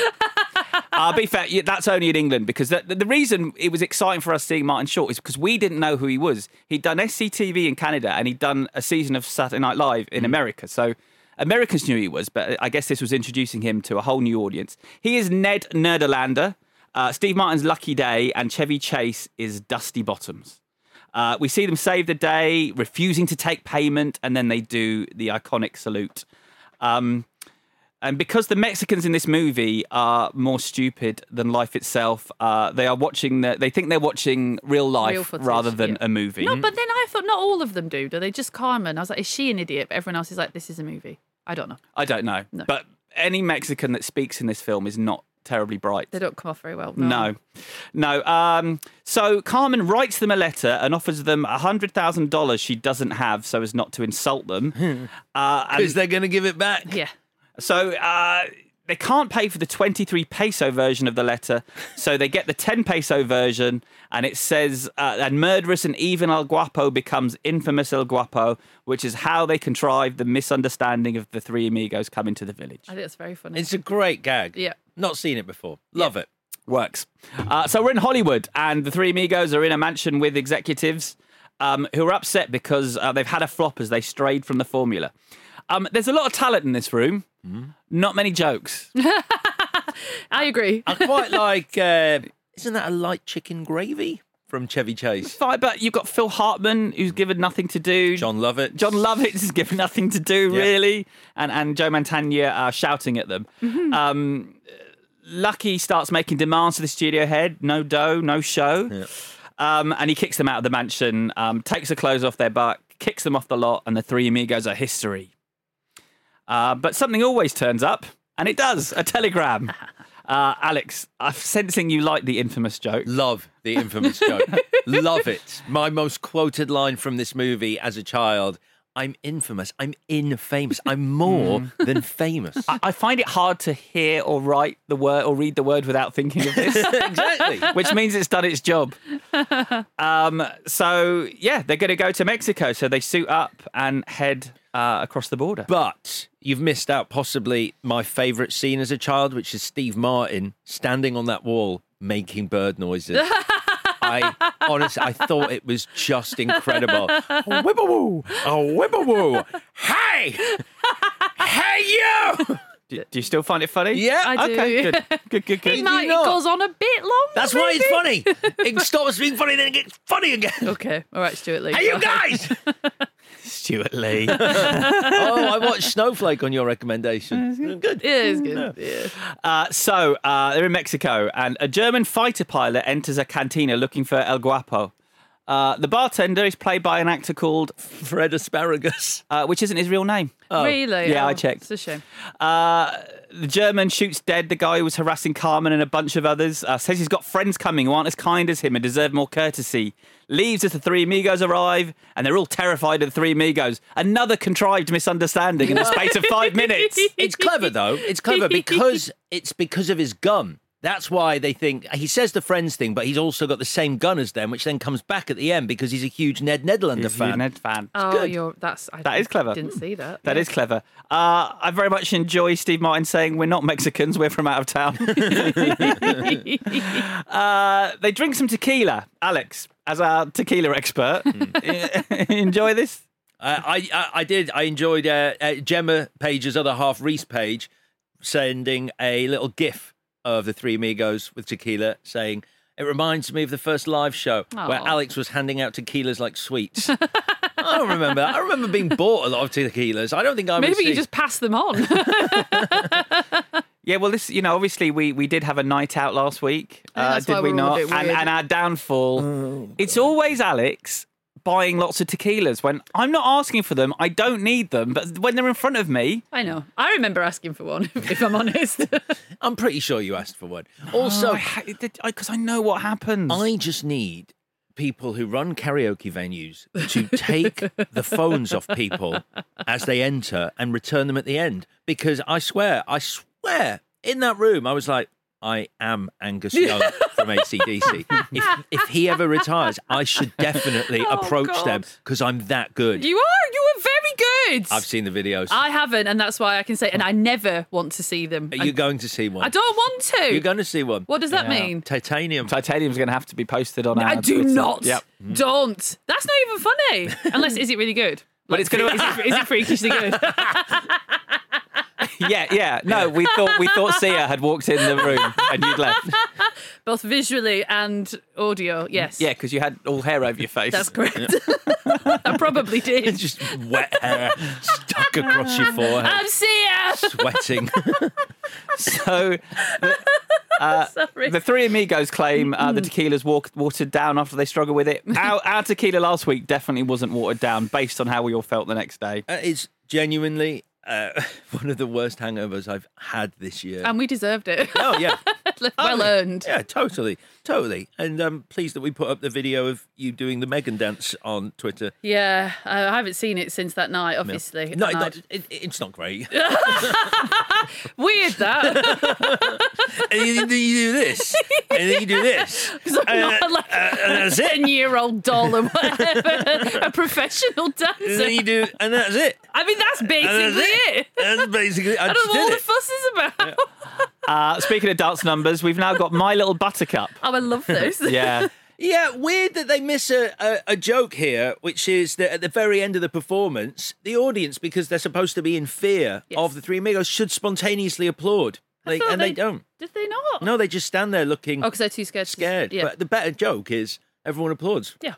Speaker 8: Uh, be fair, yeah, that's only in England because the, the reason it was exciting for us seeing Martin Short is because we didn't know who he was. He'd done SCTV in Canada and he'd done a season of Saturday Night Live in America. So Americans knew who he was, but uh, I guess this was introducing him to a whole new audience. He is Ned Nerderlander, uh, Steve Martin's Lucky Day, and Chevy Chase is Dusty Bottoms. Uh, we see them save the day, refusing to take payment, and then they do the iconic salute. Um, and because the Mexicans in this movie are more stupid than life itself, uh, they are watching. The, they think they're watching real
Speaker 7: Real
Speaker 8: life
Speaker 7: footage,
Speaker 8: rather than a movie.
Speaker 7: No, but then I thought not all of them do. Do they just Carmen? I was like, is she an idiot? But everyone else is like, this is a movie. I don't know.
Speaker 8: I don't know. But any Mexican that speaks in this film is not terribly bright.
Speaker 7: They don't come off very well.
Speaker 8: No, no. Um, so Carmen writes them a letter and offers them hundred thousand dollars she doesn't have, so as not to insult them, because
Speaker 1: they're going to give it back.
Speaker 7: Yeah.
Speaker 8: So uh, they can't pay for the 23 peso version of the letter, so they get the 10 peso version, and it says, uh, and murderous and even El Guapo becomes infamous El Guapo, which is how they contrived the misunderstanding of the three amigos coming to the village.
Speaker 7: I think that's very funny.
Speaker 1: It's a great gag.
Speaker 7: Yeah.
Speaker 1: Not seen it before. Love it.
Speaker 8: Works. Uh, so we're in Hollywood, and the three amigos are in a mansion with executives um, who are upset because uh, they've had a flop as they strayed from the formula. Um, there's a lot of talent in this room, not many jokes.
Speaker 7: I agree.
Speaker 1: I quite like. Uh, isn't that a light chicken gravy from Chevy Chase?
Speaker 8: Fine, but you've got Phil Hartman, who's given nothing to do.
Speaker 1: John Lovett.
Speaker 8: John Lovitz is given nothing to do,
Speaker 1: Yeah.
Speaker 8: really. And, and Joe Mantegna are shouting at them. Um, Lucky starts making demands to the studio head no dough, no show. Um, and he kicks them out of the mansion, um, takes the clothes off their back, kicks them off the lot, and the three amigos are history. Uh, but something always turns up, and it does a telegram. Uh, Alex, I'm sensing you like the infamous joke.
Speaker 1: Love the infamous joke. Love it. My most quoted line from this movie as a child. I'm infamous. I'm infamous. I'm more than famous.
Speaker 8: I, I find it hard to hear or write the word or read the word without thinking of this.
Speaker 1: exactly.
Speaker 8: Which means it's done its job. Um, so, yeah, they're going to go to Mexico. So they suit up and head uh, across the border.
Speaker 1: But you've missed out possibly my favourite scene as a child, which is Steve Martin standing on that wall making bird noises. I honestly, I thought it was just incredible. A whibawoo, a whibawoo. Hey, hey you!
Speaker 8: do, do you still find it funny?
Speaker 1: Yeah.
Speaker 7: I do.
Speaker 8: Okay, good. Good, good,
Speaker 7: It,
Speaker 8: good.
Speaker 7: might, it
Speaker 1: not.
Speaker 7: goes on a bit long.
Speaker 1: That's why it's funny. It stops being funny, then it gets funny again.
Speaker 7: Okay. All right, Stuart Lee.
Speaker 1: Hey, you guys!
Speaker 8: Stuart Lee.
Speaker 1: oh, I watched Snowflake on your recommendation. Good.
Speaker 7: Yeah, it's good. Yeah.
Speaker 8: Uh, so uh, they're in Mexico, and a German fighter pilot enters a cantina looking for El Guapo. Uh, the bartender is played by an actor called,
Speaker 1: Fred Asparagus.
Speaker 8: uh, which isn't his real name.
Speaker 7: really?
Speaker 8: yeah, I
Speaker 7: Oh,
Speaker 8: checked.
Speaker 7: It's a shame.
Speaker 8: Uh, the German shoots dead the guy who was harassing Carmen and a bunch of others. Uh, says he's got friends coming who aren't as kind as him and deserve more courtesy. Leaves as the three amigos arrive, and they're all terrified of the three amigos. Another contrived misunderstanding in the space of five minutes.
Speaker 1: It's clever though. It's clever because it's because of his gun. That's why they think he says the friends thing, but he's also got the same gun as them, which then comes back at the end because he's a huge Ned Nedlander
Speaker 8: He's a
Speaker 1: fan.
Speaker 8: Ned fan.
Speaker 7: Oh,
Speaker 1: good.
Speaker 7: you're that's I
Speaker 8: That is clever.
Speaker 7: Didn't see that.
Speaker 8: That is clever. Uh, I very much enjoy Steve Martin saying, We're not Mexicans, we're from out of town. uh, they drink some tequila. Alex, as our tequila expert, enjoy this?
Speaker 1: Uh, I, I I did. I enjoyed uh, uh, Gemma Page's other half, Reese Page, sending a little GIF of the Three Amigos with tequila, saying. It reminds me of the first live show where
Speaker 7: Aw.
Speaker 1: Alex was handing out tequilas like sweets. I don't remember that. I remember being bought a lot of tequilas. I don't think I
Speaker 7: Maybe you
Speaker 1: received-
Speaker 7: just pass them on.
Speaker 8: Yeah, well, this, you know, obviously we, we did have a night out last week, Uh,
Speaker 7: think that's
Speaker 8: did
Speaker 7: why
Speaker 8: we
Speaker 7: we're all a
Speaker 8: not?
Speaker 7: bit
Speaker 8: And,
Speaker 7: weird. Oh.
Speaker 8: and our downfall. It's always Alex buying lots of tequilas when I'm not asking for them. I don't need them, but when they're in front of me,
Speaker 7: I know. I remember asking for one, if I'm honest.
Speaker 1: I'm pretty sure you asked for one. Also,
Speaker 8: because Oh, I, know what
Speaker 7: Oh,
Speaker 8: happens.
Speaker 1: I just need people who run karaoke venues to take the phones off people as they enter and return them at the end. Because I swear, I swear, in that room, I was like, I am Angus Young from ACDC. If, if he ever retires, I should definitely
Speaker 7: Oh,
Speaker 1: approach them
Speaker 7: God.
Speaker 1: because I'm that good.
Speaker 7: you are. You were very good.
Speaker 1: I've seen the videos.
Speaker 7: I haven't, and that's why I can say. And I never want to see them.
Speaker 1: Are you going to see one?
Speaker 7: I don't want to.
Speaker 1: You're going to see one.
Speaker 7: What does that mean?
Speaker 1: Titanium.
Speaker 8: Titanium's going to have to be posted on.
Speaker 7: I
Speaker 8: our
Speaker 7: do
Speaker 8: Twitter.
Speaker 7: not.
Speaker 8: Yep. Mm.
Speaker 7: Don't. That's not even funny. Unless is it really good?
Speaker 8: But
Speaker 7: Like,
Speaker 8: it's gonna-
Speaker 7: is it, is it freakishly good?
Speaker 8: Yeah, yeah. No, we thought we thought Sia had walked in the room and you'd left.
Speaker 7: Both visually and audio. Yes.
Speaker 8: Yeah, because you had all hair over your face.
Speaker 7: That's correct. I probably did.
Speaker 1: just wet hair stuck across your forehead.
Speaker 7: I'm Sia.
Speaker 1: sweating.
Speaker 8: So
Speaker 1: Uh,
Speaker 7: Sorry.
Speaker 8: the three amigos claim uh, the tequila's walk, watered down after they struggle with it. Our, our tequila last week definitely wasn't watered down, based on how we all felt the next day.
Speaker 1: it's uh, genuinely uh, one of the worst hangovers I've had this year.
Speaker 7: and we deserved it.
Speaker 1: oh yeah,
Speaker 7: well earned.
Speaker 1: Yeah, totally, totally. And I'm pleased that we put up the video of you doing the Megan dance on Twitter.
Speaker 7: Yeah, I I haven't seen it since that night, obviously.
Speaker 1: No,
Speaker 7: and I-
Speaker 1: not, it, it's not great.
Speaker 7: Weird that.
Speaker 1: Uh, and you, you do this, and then you do this.
Speaker 7: Because I'm not like
Speaker 1: and
Speaker 7: a
Speaker 1: uh, that's it.
Speaker 7: 10 year old doll or whatever, a professional
Speaker 1: And
Speaker 7: dancer.
Speaker 1: then you do, and that's it.
Speaker 7: I mean, that's basically
Speaker 1: and that's
Speaker 7: it.
Speaker 1: That's basically. I,
Speaker 7: I
Speaker 1: just
Speaker 7: don't know what all
Speaker 1: did
Speaker 7: the
Speaker 1: it.
Speaker 7: fuss is about.
Speaker 8: Uh, speaking of dance numbers, we've now got My Little Buttercup.
Speaker 7: Oh, I love those.
Speaker 8: yeah.
Speaker 1: Yeah, weird that they miss a, a, a joke here, which is that at the very end of the performance, the audience, because they're supposed to be in fear of the Three Amigos, should spontaneously applaud. Like,
Speaker 7: thought
Speaker 1: and they, don't.
Speaker 7: Did they not?
Speaker 1: No, they just stand there looking
Speaker 7: Oh, because they're too scared. to-
Speaker 1: scared.
Speaker 7: Yeah.
Speaker 1: But the better joke is everyone applauds.
Speaker 7: yeah.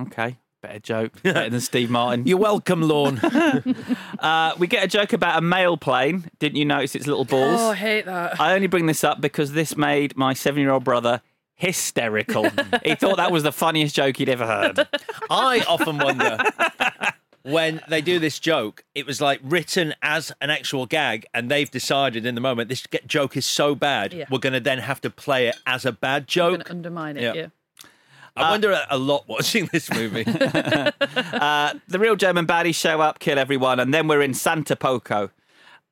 Speaker 8: Okay. Better joke. Better than Steve Martin.
Speaker 1: You're welcome, Lorne.
Speaker 8: uh, we get a joke about a mail plane. Didn't you notice its little balls?
Speaker 7: Oh, I hate that.
Speaker 8: I only bring this up because this made my seven year old brother hysterical. he thought that was the funniest joke he'd ever heard.
Speaker 1: I often wonder when they do this joke, it was like written as an actual gag, and they've decided in the moment this ge- joke is so bad,
Speaker 7: Yeah.
Speaker 1: we're going to then have to play it as a bad joke.
Speaker 7: going to undermine it.
Speaker 1: Yeah.
Speaker 7: Yeah.
Speaker 1: I wonder a- a lot watching this movie.
Speaker 8: Uh, the real German baddies show up, kill everyone, and then we're in Santa Poco.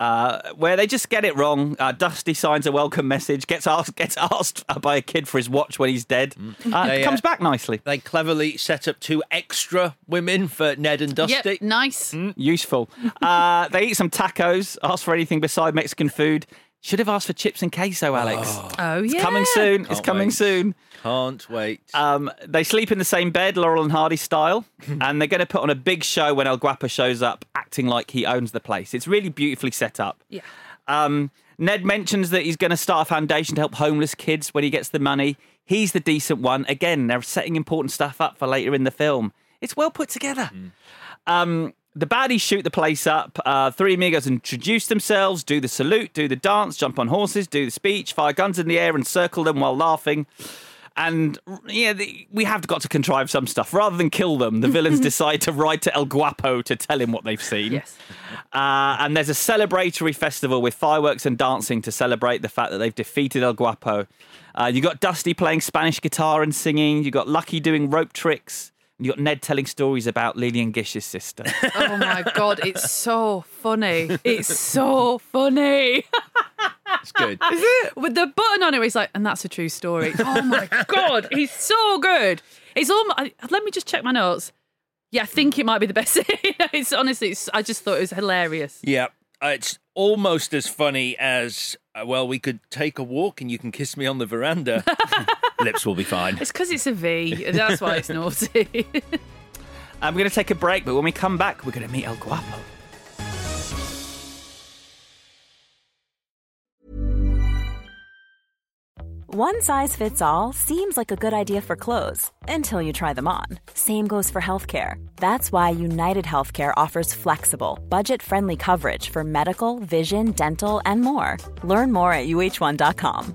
Speaker 8: Uh, where they just get it wrong. Uh, Dusty signs a welcome message, gets asked gets asked by a kid for his watch when he's dead. Uh,
Speaker 1: They, uh,
Speaker 8: comes back nicely,
Speaker 1: they cleverly set up two extra women for Ned and Dusty.
Speaker 7: Yep, nice.
Speaker 8: Hmm?
Speaker 1: Mm.
Speaker 8: useful. Uh, they eat some tacos. Ask for anything beside Mexican food. Should have asked for chips and queso, Alex.
Speaker 7: Oh, yeah.
Speaker 8: It's coming soon. it's
Speaker 1: Can't
Speaker 8: coming
Speaker 1: wait.
Speaker 8: soon.
Speaker 1: Can't wait.
Speaker 8: Um, they sleep in the same bed, Laurel and Hardy style, and they're going to put on a big show when El Guapo shows up, acting like he owns the place. It's really beautifully set up.
Speaker 7: Yeah.
Speaker 8: Um, Ned mentions that he's going to start a foundation to help homeless kids when he gets the money. He's the decent one. Again, they're setting important stuff up for later in the film. It's well put together. Um, the baddies shoot the place up. Uh, three amigos introduce themselves, do the salute, do the dance, jump on horses, do the speech, fire guns in the air, and circle them while laughing. And yeah, the, we have got to contrive some stuff. Rather than kill them, the villains decide to ride to El Guapo to tell him what they've seen.
Speaker 7: Yes.
Speaker 8: Uh, and there's a celebratory festival with fireworks and dancing to celebrate the fact that they've defeated El Guapo. Uh, you got Dusty playing Spanish guitar and singing. You got Lucky doing rope tricks. And you got Ned telling stories about Lillian Gish's sister. Uh,
Speaker 7: Oh, my God. It's so funny. It's so funny.
Speaker 1: It's good.
Speaker 7: With the button on it, where he's like, and that's a true story. Oh, my God. He's so good. It's all. I, let me just check my notes. Yeah, I think it might be the best. it's honestly, it's, I just thought it was hilarious.
Speaker 1: yeah, uh, it's almost as funny as uh, well. We could take a walk, and you can kiss me on the veranda. Lips will be fine.
Speaker 7: It's because it's a V. That's why it's naughty.
Speaker 8: And we're going to take a break, but when we come back, we're going to meet El Guapo.
Speaker 9: One size fits all seems like a good idea for clothes until you try them on. Same goes for healthcare. That's why United Healthcare offers flexible, budget friendly coverage for medical, vision, dental, and more. Learn more at uh1.com.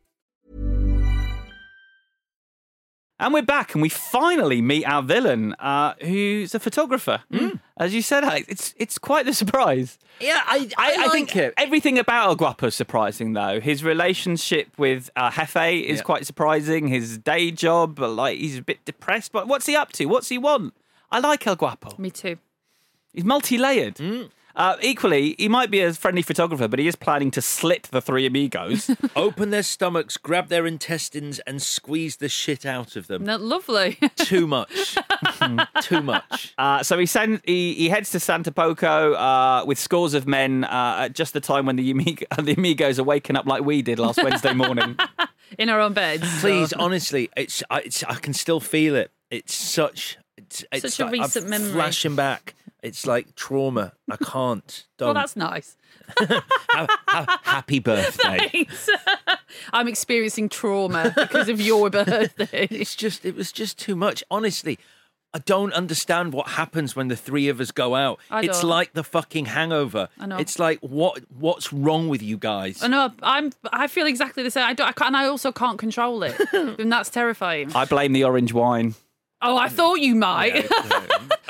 Speaker 8: And we're back, and we finally meet our villain, uh, who's a photographer. As you said, Alex, it's it's quite the surprise.
Speaker 1: Yeah, I
Speaker 8: I, I think everything about El Guapo is surprising, though. His relationship with uh, Hefe is
Speaker 1: Yeah.
Speaker 8: quite surprising. His day job, but, like he's a bit depressed. But what's he up to? What's he want? I like El Guapo.
Speaker 7: Me too.
Speaker 8: He's multi-layered.
Speaker 1: Mm.
Speaker 8: Uh, equally, he might be a friendly photographer, but he is planning to slit the three amigos.
Speaker 1: Open their stomachs, grab their intestines, and squeeze the shit out of them.
Speaker 7: Isn't that lovely?
Speaker 1: Too much. Too much.
Speaker 8: Uh, so he, send, he he heads to Santa Poco uh, with scores of men uh, at just the time when the, Amigo, the amigos are waking up like we did last Wednesday morning.
Speaker 7: In our own beds.
Speaker 1: Please, honestly, it's I, it's I can still feel it. It's such it's, it's
Speaker 7: Such a
Speaker 1: like I'm
Speaker 7: recent memory.
Speaker 1: flashing back. It's like trauma. I can't. Don't.
Speaker 7: Well, that's nice.
Speaker 1: Ha- happy birthday.
Speaker 7: Thanks. I'm experiencing trauma because of your birthday.
Speaker 1: It's just it was just too much. Honestly, I don't understand what happens when the three of us go out.
Speaker 7: I
Speaker 1: it's
Speaker 7: don't.
Speaker 1: like the fucking hangover.
Speaker 7: I know.
Speaker 1: It's like what what's wrong with you guys?
Speaker 7: I know. I'm. I feel exactly the same. I don't. I can't, and I also can't control it, and that's terrifying.
Speaker 8: I blame the orange wine.
Speaker 7: Oh, I thought you might.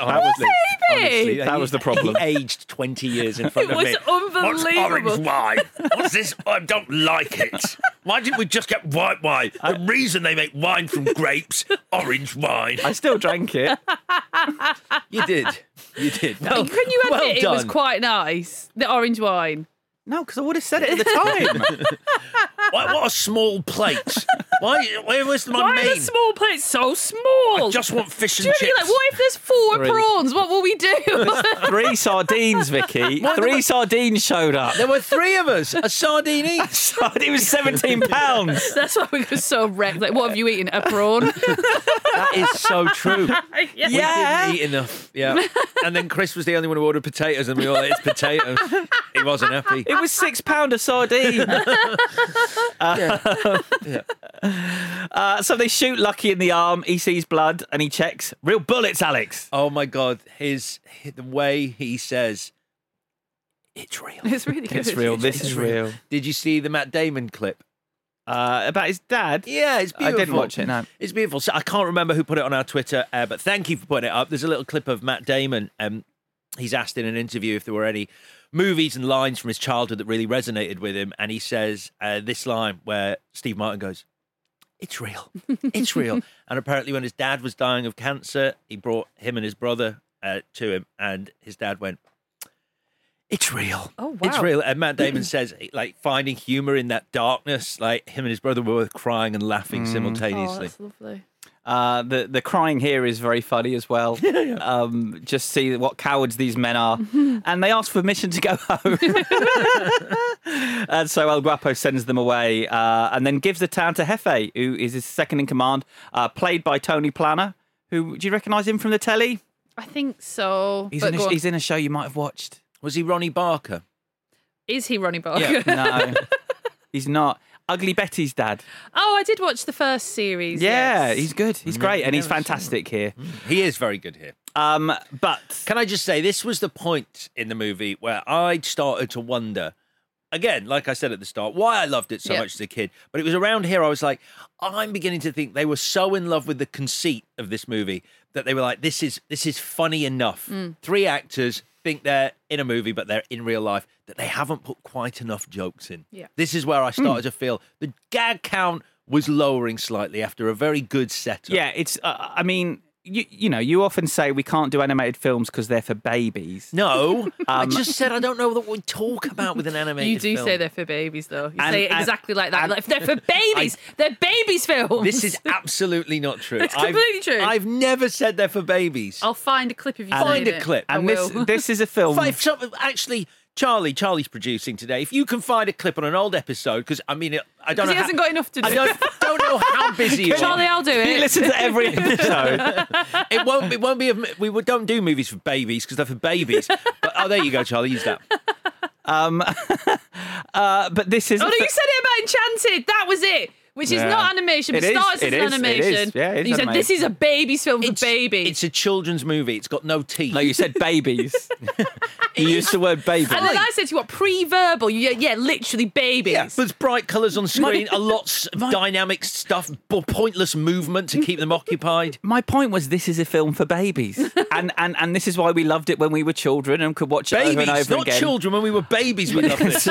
Speaker 1: Honestly,
Speaker 7: Baby!
Speaker 1: honestly,
Speaker 8: That
Speaker 1: he-
Speaker 8: was the problem.
Speaker 1: Oh, He aged twenty years in front
Speaker 7: It
Speaker 1: of
Speaker 7: was
Speaker 1: me. What's
Speaker 7: unbelievable.
Speaker 1: orange wine? What's this? I don't like it. Why didn't we just get white wine? The reason they make wine from grapes, orange wine.
Speaker 8: I still drank it.
Speaker 1: You did. You did.
Speaker 7: Can you admit
Speaker 1: well
Speaker 7: it
Speaker 1: done.
Speaker 7: was quite nice? The orange wine.
Speaker 8: No, because I would have said it at the time.
Speaker 1: Why, what a small plate. Why? Where was my
Speaker 7: Why are
Speaker 1: main?
Speaker 7: the small plates so
Speaker 1: I
Speaker 7: small?
Speaker 1: just want fish
Speaker 7: Do
Speaker 1: and
Speaker 7: you know
Speaker 1: chips.
Speaker 7: what I mean? Like, what if there's four
Speaker 8: Three.
Speaker 7: prawns? What will we do?
Speaker 8: Three sardines, Vicky.
Speaker 1: Why the
Speaker 8: Three
Speaker 1: fuck-
Speaker 8: sardines showed up.
Speaker 1: There were three of us. A sardine each.
Speaker 8: it was seventeen pounds.
Speaker 7: That's why we were so wrecked. Like, what have you eaten? A prawn?
Speaker 1: That is so true.
Speaker 7: yeah.
Speaker 1: We didn't eat enough. Yeah. And then Chris was the only one who ordered potatoes, and we all ate his potatoes. He wasn't happy.
Speaker 8: It was six pound a sardine. Uh, uh, so they shoot Lucky in the arm. He sees blood and he checks. Real bullets, Alex.
Speaker 1: Oh my God. His, the way he says, it's real.
Speaker 7: It's really good.
Speaker 8: It's real. This is real.
Speaker 1: Did you see the Matt Damon clip?
Speaker 8: Uh, about his dad.
Speaker 1: Yeah, it's
Speaker 8: I
Speaker 1: beautiful.
Speaker 8: didn't watch it, no.
Speaker 1: It's beautiful. So I can't remember who put it on our Twitter, uh, but thank you for putting it up. There's a little clip of Matt Damon. Um, he's asked in an interview if there were any movies and lines from his childhood that really resonated with him, and he says uh, this line where Steve Martin goes, "It's real, it's real." and apparently, when his dad was dying of cancer, he brought him and his brother uh, to him, and his dad went. It's real.
Speaker 7: Oh,
Speaker 1: It's
Speaker 7: wow.
Speaker 1: real. And Matt Damon says, like, finding humor in that darkness. Like, him and his brother were both crying and laughing
Speaker 7: Oh,
Speaker 1: simultaneously.
Speaker 7: that's lovely.
Speaker 8: Uh, the the crying here is very funny as well. Um, just see what cowards these men are, and they ask for permission to go home. and so El Guapo sends them away, uh, and then gives the town to Hefe, who is his second in command, uh, played by Tony Planner. Who do you recognise him from the telly?
Speaker 7: I think so.
Speaker 8: He's
Speaker 7: But
Speaker 8: in,
Speaker 7: go
Speaker 8: a,
Speaker 7: on.
Speaker 8: he's in a show you might have watched.
Speaker 1: Was he Ronnie Barker?
Speaker 7: Is he Ronnie Barker?
Speaker 8: no, he's not. Ugly Betty's dad.
Speaker 7: Oh, I did watch the first series.
Speaker 8: Yeah,
Speaker 7: yes. Mm.
Speaker 8: he's good. He's great, and he's fantastic here.
Speaker 1: He is very good here.
Speaker 8: Um, but
Speaker 1: Can I just say, this was the point in the movie where I started to wonder, again, like I said at the start, why I loved it so
Speaker 7: Yeah.
Speaker 1: much as a kid. But it was around here I was like, I'm beginning to think they were so in love with the conceit of this movie that they were like, this is this is funny enough.
Speaker 7: Mm.
Speaker 1: Three actors think they're in a movie, but they're in real life that they haven't put quite enough jokes in.
Speaker 7: Yeah. Mm.
Speaker 1: This is where I started to feel the gag count was lowering slightly after a very good setup.
Speaker 8: Yeah, it's. Uh, I mean, you you know, you often say we can't do animated films because they're for babies.
Speaker 1: No, I just said I don't know what we talk about with an animated
Speaker 7: um, You do
Speaker 1: film.
Speaker 7: say they're for babies, though. You
Speaker 8: And-
Speaker 7: say it
Speaker 8: and-
Speaker 7: exactly like that.
Speaker 8: and-
Speaker 7: like, if they're for babies, they're babies films.
Speaker 1: This is absolutely not true.
Speaker 7: It's completely
Speaker 1: I've,
Speaker 7: true.
Speaker 1: I've never said they're for babies.
Speaker 7: I'll find a clip of you.
Speaker 1: Find
Speaker 7: saying
Speaker 1: a
Speaker 7: it.
Speaker 1: clip.
Speaker 7: I
Speaker 8: and this
Speaker 7: will.
Speaker 8: this is a film.
Speaker 1: Five, some, actually, Charlie, Charlie's producing today. If you can find a clip on an old episode, because I mean, it- I don't
Speaker 7: 'Cause
Speaker 1: know.
Speaker 7: he hasn't
Speaker 1: how,
Speaker 7: got enough to do.
Speaker 1: I don't, don't know how busy you
Speaker 7: Charlie,
Speaker 1: are.
Speaker 7: I'll do it.
Speaker 8: you listen to every episode.
Speaker 1: It won't. It won't be. a- We don't do movies for babies because they're for babies. But, oh, there you go, Charlie. Use that.
Speaker 8: Um, uh, but this is. a
Speaker 7: Oh no,
Speaker 8: fi-
Speaker 7: Oh, you said it about Enchanted. That was it. which is
Speaker 1: Yeah.
Speaker 7: not animation, but
Speaker 1: It is,
Speaker 7: starts
Speaker 1: it
Speaker 7: as
Speaker 1: is,
Speaker 7: an
Speaker 1: it
Speaker 7: animation.
Speaker 1: is. Yeah, it is
Speaker 7: And you said
Speaker 1: animated.
Speaker 7: this is a baby's film for babies.
Speaker 1: It's a children's movie. It's got no teeth. No,
Speaker 8: you said babies. you used the word baby.
Speaker 7: And then I said to you, what, pre verbal? Yeah, yeah, literally babies.
Speaker 1: There's bright colours on screen, a lot of dynamic stuff, bo- pointless movement to keep them occupied.
Speaker 8: My point was this is a film for babies, and, and and this is why we loved it when we were children and could watch it over and
Speaker 1: Babies,
Speaker 8: over
Speaker 1: not
Speaker 8: again.
Speaker 1: children. When we were babies, we loved this.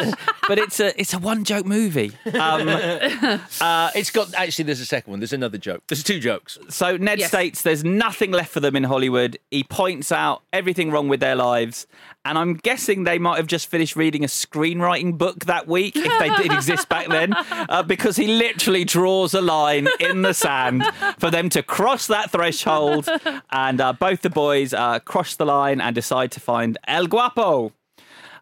Speaker 8: but it's a it's a one joke movie.
Speaker 1: Um, uh, it's got actually. There's a second one. There's another joke. There's two jokes.
Speaker 8: So Ned
Speaker 1: Yes.
Speaker 8: states there's nothing left for them in Hollywood. He points out everything wrong with their lives, and I'm guessing they might have just finished reading a screenwriting book that week if they did exist back then, uh, because he literally draws a line in the sand for them to cross that threshold, and uh, both the boys uh, cross the line and decide to find El Guapo.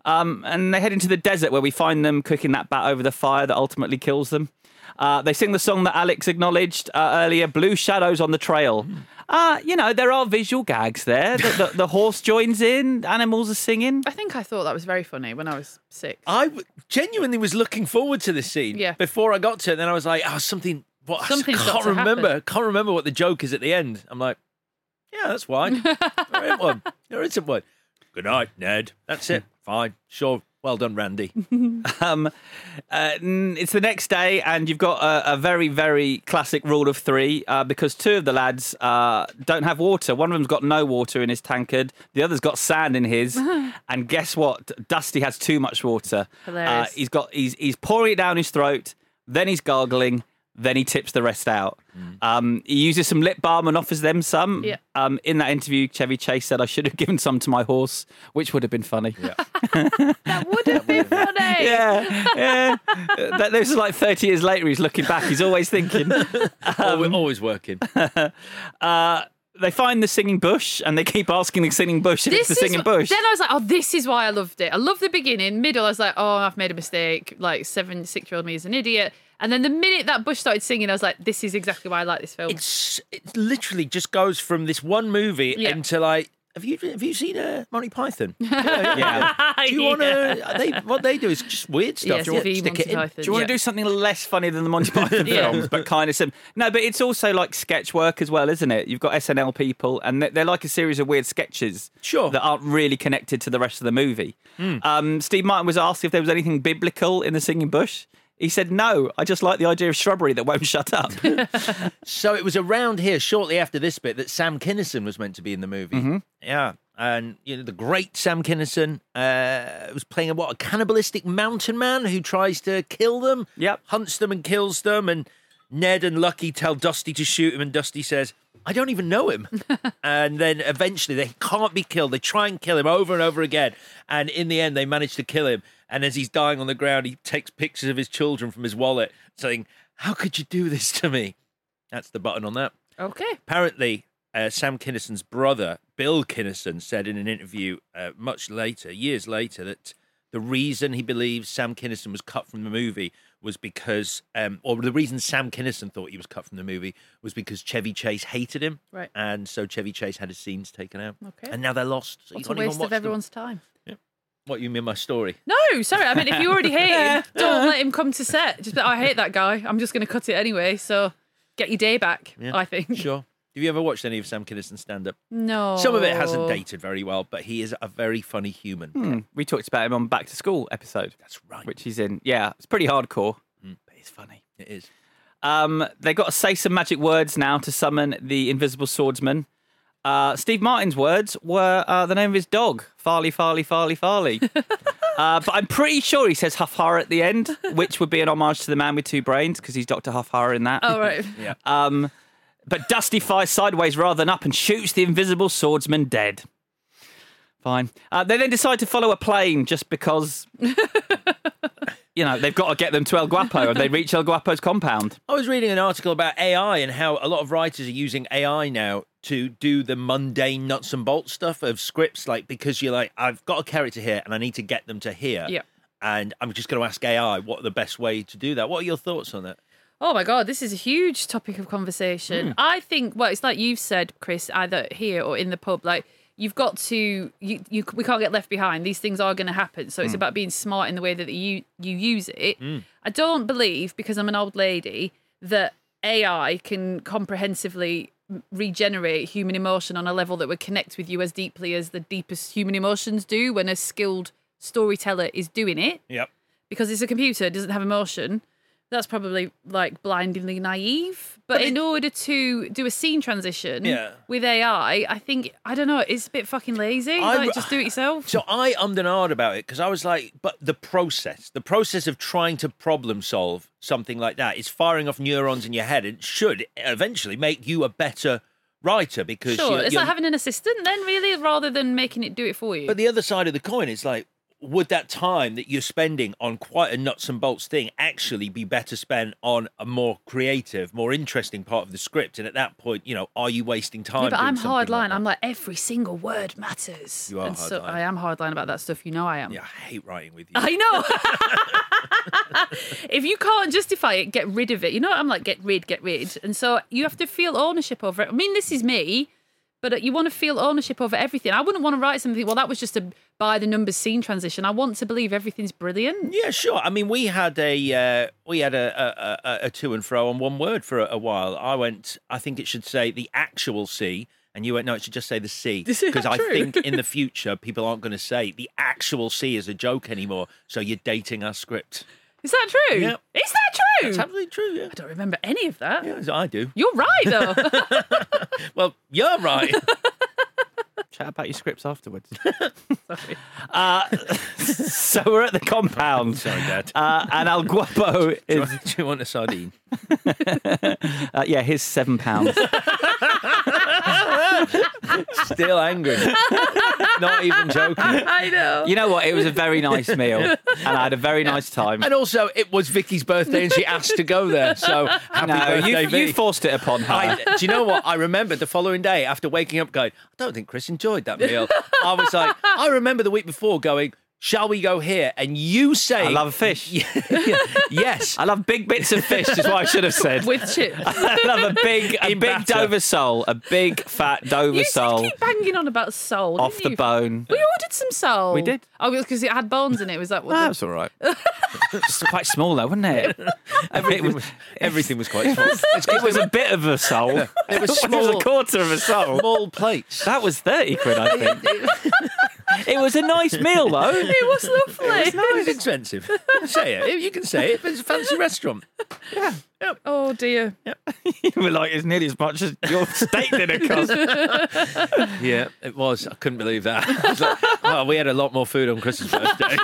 Speaker 8: Um, and they head into the desert where we find them cooking that bat over the fire that ultimately kills them. Uh, they sing the song that Alex acknowledged uh, earlier, Blue Shadows on the Trail. Uh, you know, there are visual gags there. The, the, the horse joins in, animals are singing.
Speaker 7: I think I thought that was very funny when I was six.
Speaker 1: I w- genuinely was looking forward to this scene.
Speaker 7: Yeah.
Speaker 1: Before I got to it, then I was like, oh, something. What?
Speaker 7: Something's
Speaker 1: I
Speaker 7: got
Speaker 1: can't
Speaker 7: to happen.
Speaker 1: remember. Can't remember what the joke is at the end. I'm like, yeah, that's why. there ain't one. There isn't one. Good night, Ned. That's it. Fine. Sure. Well done, Randy.
Speaker 8: um, uh, n- it's the next day, and you've got a, a very, very classic rule of three uh, because two of the lads uh, don't have water. One of them's got no water in his tankard, the other's got sand in his. and guess what? Dusty has too much water. Uh,
Speaker 7: Hilarious.
Speaker 8: he's got he's he's pouring it down his throat, then he's gargling, then he tips the rest out. Um, he uses some lip balm and offers them some.
Speaker 7: Yeah.
Speaker 8: Um, in that interview, Chevy Chase said, "I should have given some to my horse, which would have been funny." yeah, yeah. Uh, That, this is like 30 years later. He's looking back. He's always thinking.
Speaker 1: always, always working.
Speaker 8: uh, they find the singing bush and they keep asking the singing bush if it's the singing
Speaker 7: is,
Speaker 8: bush.
Speaker 7: Then I was like, oh, this is why I loved it. I love the beginning. Middle, I was like, oh, I've made a mistake. Like, seven, six year old me is an idiot. And then the minute that Bush started singing, I was like, this is exactly why I like this film.
Speaker 1: It's it literally just goes from this one movie
Speaker 7: Yeah.
Speaker 1: into like. Have you have you seen uh, Monty Python?
Speaker 8: Yeah.
Speaker 1: Do you want to? They, what they do is just weird
Speaker 8: Yes,
Speaker 1: stuff. do you want
Speaker 8: the
Speaker 1: to stick it
Speaker 8: Monty
Speaker 1: in?
Speaker 8: Python, Do you wanna yeah. do something less funny than the Monty Python
Speaker 1: Yeah.
Speaker 8: films, but kind of sim. No, but it's also like sketch work as well, isn't it? You've got SNL people, and they're, they're like a series of weird sketches, sure, that aren't really connected to the rest of the movie. Um, Steve Martin was asked if there was anything biblical in the singing bush. He said, "No, I just like the idea of shrubbery that won't shut up."
Speaker 1: So it was around here shortly after this bit that Sam Kinison was meant to be in the movie.
Speaker 8: Mhm.
Speaker 1: Yeah. And you know the great Sam Kinison uh, was playing a what a cannibalistic mountain man who tries to kill them. Yep. Hunts them and kills them. And Ned and Lucky tell Dusty to shoot him, and Dusty says, "I don't even know him." and then eventually they can't be killed. They try and kill him over and over again, and in the end they manage to kill him. And as he's dying on the ground, he takes pictures of his children from his wallet, saying, "How could you do this to me?" That's the button on that.
Speaker 7: okay.
Speaker 1: Apparently, uh, Sam Kinnison's brother, Bill Kinnison, said in an interview uh, much later, years later, that the reason he believes Sam Kinnison was cut from the movie was because, um, or the reason Sam Kinnison thought he was cut from the movie was because Chevy Chase hated him.
Speaker 7: Right.
Speaker 1: And so Chevy Chase had his scenes taken out.
Speaker 7: Okay.
Speaker 1: And now they're lost. So you
Speaker 7: What a
Speaker 1: can't even
Speaker 7: waste
Speaker 1: watch
Speaker 7: of
Speaker 1: them.
Speaker 7: everyone's time.
Speaker 1: What, you mean my story?
Speaker 7: No, sorry. I mean, if you already hate him, don't let him come to set. Just be like, oh, I hate that guy. I'm just going to cut it anyway. So get your day back,
Speaker 1: Yeah,
Speaker 7: I think.
Speaker 1: Sure. Have you ever watched any of Sam Kinnison's stand up?
Speaker 7: No.
Speaker 1: Some of it
Speaker 7: Oh.
Speaker 1: hasn't dated very well, but he is a very funny human.
Speaker 8: Hmm, We talked about him on Back to School episode. That's right. Which he's in. Yeah, it's pretty hardcore, but it's funny.
Speaker 1: It is.
Speaker 8: Um, they've got to say some magic words now to summon the invisible swordsman. Uh, Steve Martin's words were uh, the name of his dog, Farley, Farley, Farley, Farley. uh, but I'm pretty sure he says Huffhara at the end, which would be an homage to the man with two brains because he's Dr. Huffhara in that.
Speaker 7: Oh, right.
Speaker 1: yeah.
Speaker 8: Um, but Dusty fires sideways rather than up and shoots the invisible swordsman dead. Fine. Uh, they then decide to follow a plane just because, you know, they've got to get them to El Guapo and they reach El Guapo's compound.
Speaker 1: I was reading an article about AI and how a lot of writers are using AI now to do the mundane nuts and bolts stuff of scripts, like because you're like, I've got a character here and I need to get them to here.
Speaker 7: Yeah.
Speaker 1: And I'm just going to ask AI what the best way to do that. What are your thoughts on that?
Speaker 7: Oh my god, this is a huge topic of
Speaker 10: Mm.
Speaker 7: conversation. I think well, it's like you've said, Chris, either here or in the pub. Like you've got to you, you we can't get left behind. These things are going to happen, so it's
Speaker 10: Mm.
Speaker 7: about being smart in the way that you you use it.
Speaker 10: Mm.
Speaker 7: I don't believe because I'm an old lady that AI can comprehensively regenerate human emotion on a level that would connect with you as deeply as the deepest human emotions do when a skilled storyteller is doing it
Speaker 1: Yep.
Speaker 7: because it's a computer, it doesn't have emotion. That's probably like blindingly naive. But, in order to do a scene transition
Speaker 1: Yeah.
Speaker 7: with AI, I think I don't know, it's a bit fucking lazy.
Speaker 1: I-
Speaker 7: like just do it yourself.
Speaker 1: So I ummed and ahed about it because I was like, but the process, the process of trying to problem solve something like that is firing off neurons in your head and should eventually make you a better writer because
Speaker 7: Sure,
Speaker 1: you're,
Speaker 7: it's
Speaker 1: you're-
Speaker 7: like having an assistant then, really, rather than making it do it for you.
Speaker 1: But the other side of the coin is like, would that time that you're spending on quite a nuts and bolts thing actually be better spent on a more creative, more interesting part of the script? And at that point, you know, are you wasting time?
Speaker 7: Yeah, but
Speaker 1: doing
Speaker 7: I'm
Speaker 1: something
Speaker 7: hard
Speaker 1: like
Speaker 7: line. I'm like every single word matters.
Speaker 1: You are
Speaker 7: and
Speaker 1: hard
Speaker 7: so
Speaker 1: line.
Speaker 7: I am hard line about that stuff. You know I am.
Speaker 1: that? I hate writing with you.
Speaker 7: I know. if you can't justify it, get rid of it. You know, I'm like, get rid, get rid. And so you have to feel ownership over it. I mean, this is me, but uh, you want to feel ownership over everything. I wouldn't want to write something, well, that was just a by the numbers scene transition. I want to believe everything's brilliant.
Speaker 1: Yeah, sure. I mean, we had a uh, we had a, a, a, a to and fro on one word for a, a while. I went, I think it should say the actual sea, and you went, no, it should just say the sea,
Speaker 7: Is it
Speaker 1: because I
Speaker 7: true?
Speaker 1: think in the future people aren't going to say the actual sea is a joke anymore. So you're dating our script.
Speaker 7: Is that true?
Speaker 1: Yep.
Speaker 7: Is that true?
Speaker 1: It's absolutely true. Yeah.
Speaker 7: I don't remember any of that.
Speaker 1: Yeah, I do.
Speaker 7: You're right, though.
Speaker 1: Well, you're right.
Speaker 8: Chat about your scripts afterwards. Uh, so we're at the compound.
Speaker 1: Sorry, Dad.
Speaker 8: Uh, and Al Guapo
Speaker 1: Do you,
Speaker 8: is,
Speaker 1: want, do you want a sardine?
Speaker 8: uh, yeah, here's seven pounds.
Speaker 1: Still angry. Not even joking.
Speaker 7: I know.
Speaker 8: You know what? It was a very nice meal, and I had a very nice time.
Speaker 1: And also, it was Vicky's birthday, and she asked to go there. So happy
Speaker 8: no, you-
Speaker 1: birthday,
Speaker 8: you,
Speaker 1: Vic.
Speaker 8: forced it upon her.
Speaker 1: I, do you know what? I remembered the following day after waking up going, I don't think Chris enjoyed that meal. I was like, I remember the week before going, Shall we go here? And you saying,
Speaker 8: I love fish.
Speaker 1: yes.
Speaker 8: I love big bits of fish. Is what I should have said.
Speaker 7: With chips.
Speaker 8: I love a big, a
Speaker 1: In
Speaker 8: big
Speaker 1: batter.
Speaker 8: Dover sole, a big fat Dover
Speaker 7: You did
Speaker 8: sole
Speaker 7: keep banging on about soul. didn't
Speaker 8: off the
Speaker 7: you?
Speaker 8: bone.
Speaker 7: We ordered some soul.
Speaker 8: We did.
Speaker 7: Oh, because it had bones in it. Was that what?
Speaker 8: Ah,
Speaker 7: the-
Speaker 8: it's all right. It's quite small though, wasn't it? Everything was,
Speaker 1: Everything was quite small.
Speaker 8: it was a bit of a sole.
Speaker 1: It was
Speaker 8: It was
Speaker 1: small.
Speaker 8: a quarter of a sole.
Speaker 1: Small plates.
Speaker 8: That was 30 quid, I think. it was a nice meal, though.
Speaker 7: It was lovely.
Speaker 1: It was expensive. say it. You can say it, but it's a fancy restaurant.
Speaker 7: Oh dear.
Speaker 8: you were like, it's nearly as much as your steak dinner cost.
Speaker 1: Yeah, it was. I couldn't believe that. I was like, oh, we had a lot more food on Chris's birthday.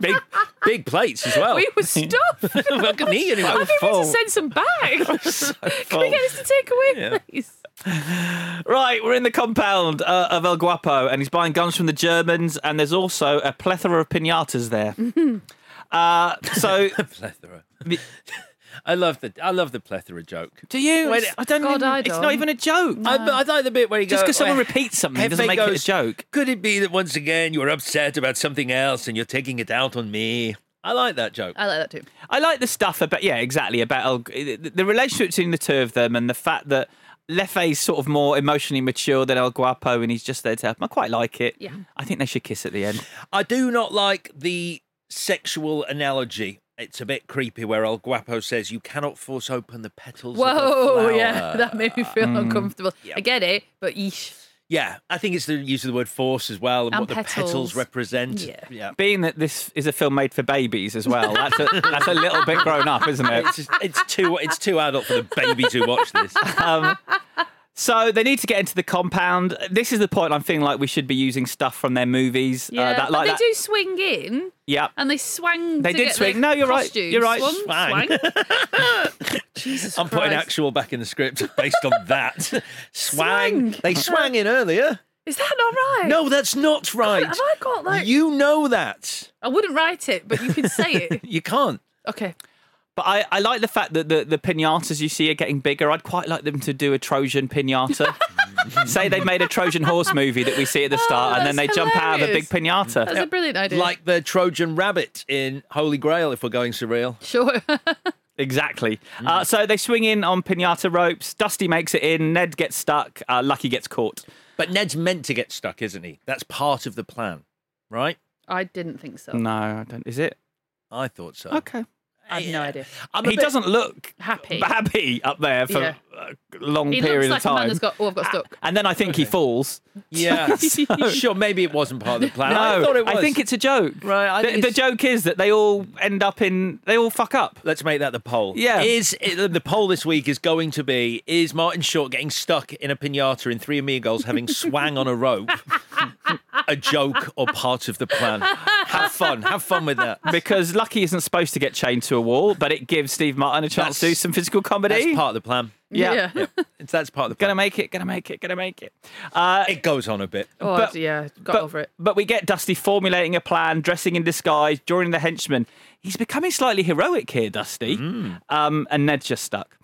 Speaker 1: big, big plates as well.
Speaker 7: We were stuffed.
Speaker 1: I couldn't eat anymore.
Speaker 7: I think we
Speaker 8: full.
Speaker 7: need to send some back. Can we get us to take away, please?
Speaker 8: Right, we're in the compound uh, of El Guapo, and he's buying guns from the Germans, and there's also a plethora of pinatas there. uh, so,
Speaker 1: plethora.
Speaker 8: The-
Speaker 1: I love the I love the plethora joke.
Speaker 8: do you?
Speaker 1: Wait,
Speaker 8: I don't.
Speaker 7: God,
Speaker 8: even,
Speaker 7: I
Speaker 8: It's
Speaker 7: don't.
Speaker 8: not even a joke.
Speaker 1: I, I like the bit where he
Speaker 8: Um, Just
Speaker 1: goes-
Speaker 8: because someone
Speaker 1: where
Speaker 8: repeats something
Speaker 1: Hefe
Speaker 8: doesn't make it a
Speaker 1: goes,
Speaker 8: joke.
Speaker 1: Could it be that once again you were upset about something else and you're taking it out on me? I like that joke.
Speaker 7: I like that too.
Speaker 8: I like the stuff about yeah, exactly about El, the the relationship between the two of them and the fact that Lefe's sort of more emotionally mature than El Guapo, and he's just there to help. him. I quite like it.
Speaker 7: Yeah.
Speaker 8: I think they should kiss at the end.
Speaker 1: I do not like the sexual analogy. It's a bit creepy where El Guapo says you cannot force open the petals. of
Speaker 7: Whoa,
Speaker 1: a flower.
Speaker 7: yeah, that made me feel uncomfortable.
Speaker 1: Yeah.
Speaker 7: I get it, but yeesh.
Speaker 1: yeah. I think it's the use of the word force as well and,
Speaker 7: And
Speaker 1: what the petals
Speaker 7: petals.
Speaker 1: represent.
Speaker 7: Yeah.
Speaker 8: Being that this is a film made for babies as well, that's a, that's a little bit grown up, isn't it?
Speaker 1: It's, just, it's too it's too adult for the baby to watch this.
Speaker 8: So they need to get into the compound. This is the point I'm feeling like we should be using stuff from their movies. uh,
Speaker 7: Yeah,
Speaker 8: that,
Speaker 7: but
Speaker 8: like
Speaker 7: they
Speaker 8: that.
Speaker 7: do Uh. swing in
Speaker 8: Yeah.
Speaker 7: and they swang.
Speaker 8: They
Speaker 7: to
Speaker 8: did
Speaker 7: get
Speaker 8: swing.
Speaker 7: their
Speaker 8: No, you're right.
Speaker 7: costumes.
Speaker 8: You're right.
Speaker 7: Swung,
Speaker 1: Swang.
Speaker 7: swang. Jesus
Speaker 1: I'm putting
Speaker 7: Christ.
Speaker 1: actual back in the script based on that.
Speaker 7: Swang.
Speaker 1: Swang. They swang in earlier.
Speaker 7: Is that not right?
Speaker 1: No, that's not right.
Speaker 7: have I got, like-
Speaker 1: You know that.
Speaker 7: I wouldn't write it, but you can say it.
Speaker 1: You can't.
Speaker 7: Okay.
Speaker 8: But I, I like the fact that the, the pinatas you see are getting bigger. I'd quite like them to do a Trojan pinata. Say they've made a Trojan horse movie that we see at the
Speaker 7: Oh,
Speaker 8: start, and then they
Speaker 7: that's
Speaker 8: jump out of a big
Speaker 7: hilarious.
Speaker 8: pinata.
Speaker 7: That's a brilliant idea.
Speaker 1: Like the Trojan rabbit in Holy Grail, if we're going surreal.
Speaker 7: sure.
Speaker 8: Exactly. Uh, so they swing in on pinata ropes. Dusty makes it in. Ned gets stuck. Uh, Lucky gets caught.
Speaker 1: But Ned's meant to get stuck, isn't he? That's part of the plan, right?
Speaker 7: I didn't think so.
Speaker 8: No, I don't. Is it?
Speaker 1: I thought so.
Speaker 8: Okay.
Speaker 7: I have no idea.
Speaker 8: he doesn't look
Speaker 7: happy.
Speaker 8: happy up there for
Speaker 7: Yeah.
Speaker 8: a long
Speaker 7: he
Speaker 8: period of
Speaker 7: looks like a
Speaker 8: time.
Speaker 7: man that's got. Oh, I've got stuck.
Speaker 8: and then I think he falls.
Speaker 1: Yeah. Sure, maybe it wasn't part of the plan. I
Speaker 8: No,
Speaker 1: thought it was.
Speaker 8: I think it's a joke. Right.
Speaker 1: I
Speaker 8: the,
Speaker 1: think
Speaker 8: the joke is that they all end up in. They all fuck up.
Speaker 1: Let's make that the poll.
Speaker 8: Yeah.
Speaker 1: Is the poll this week is going to be is Martin Short getting stuck in a pinata in Three Amigos having swang on a rope a joke or part of the plan? Have fun. Have fun with that.
Speaker 8: Because Lucky isn't supposed to get chained to a wall, but it gives Steve Martin a chance to do
Speaker 1: That's-
Speaker 8: some physical comedy.
Speaker 1: That's part of the plan.
Speaker 8: Yeah. Yeah.
Speaker 1: It's, that's part of the plan.
Speaker 8: Gonna make it, gonna make it, gonna make it. Uh,
Speaker 1: it goes on a bit.
Speaker 7: Oh, yeah, got
Speaker 8: but,
Speaker 7: over it.
Speaker 8: But we get Dusty formulating a plan, dressing in disguise, joining the henchmen. He's becoming slightly heroic here, Dusty.
Speaker 1: Mm.
Speaker 8: Um, and Ned's just stuck.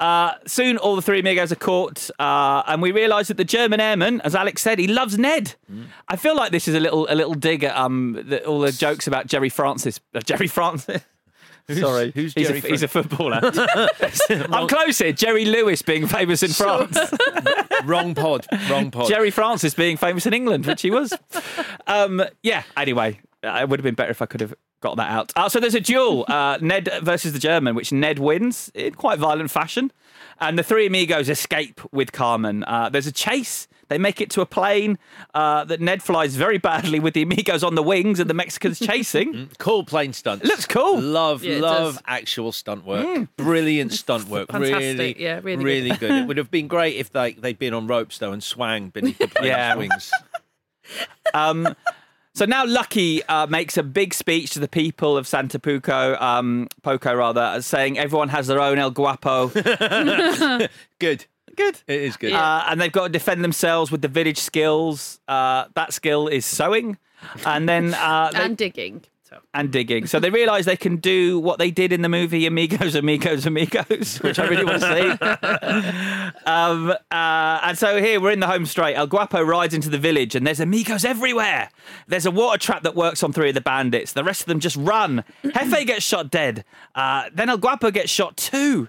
Speaker 8: Uh, soon, all the three amigos are caught, uh, and we realise that the German airman, as Alex said, he loves Ned.
Speaker 1: Mm.
Speaker 8: I feel like this is a little a little dig at um, the, all the jokes about Jerry Francis. Uh, Jerry Francis. Sorry,
Speaker 1: who's
Speaker 8: he's,
Speaker 1: Jerry
Speaker 8: a, he's a
Speaker 1: Francis?
Speaker 8: footballer. I'm close here. Jerry Lewis being famous in France.
Speaker 1: Wrong pod. Wrong pod.
Speaker 8: Jerry Francis being famous in England, which he was. um, yeah, anyway, uh, it would have been better if I could have got that out. Uh, so there's a duel uh, Ned versus the German, which Ned wins in quite violent fashion. And the three amigos escape with Carmen. Uh, there's a chase. They make it to a plane uh, that Ned flies very badly with the amigos on the wings and the Mexicans chasing.
Speaker 1: cool plane stunts.
Speaker 8: Looks cool. Mm.
Speaker 1: Love,
Speaker 8: Yeah, it
Speaker 1: love
Speaker 8: does.
Speaker 1: actual stunt work. Brilliant stunt work.
Speaker 7: Fantastic.
Speaker 1: Really,
Speaker 7: Yeah, really good.
Speaker 1: good. It would have been great if they they'd been on ropes though and swang beneath the plane's
Speaker 8: Yeah.
Speaker 1: wings.
Speaker 8: Um, so now Lucky uh, makes a big speech to the people of Santa Poco, um, Poco rather, saying everyone has their own El Guapo.
Speaker 1: good.
Speaker 8: Good.
Speaker 1: It is good.
Speaker 8: Uh, and they've got to defend themselves with the village skills. Uh, that skill is sewing, and then uh, they-
Speaker 7: and digging. So
Speaker 8: and digging. So they realise they can do what they did in the movie Amigos, Amigos, Amigos, which I really want to see. um, uh, and so here we're in the home straight. El Guapo rides into the village, and there's amigos everywhere. There's a water trap that works on three of the bandits. The rest of them just run. Jefe gets shot dead. Uh, then El Guapo gets shot too.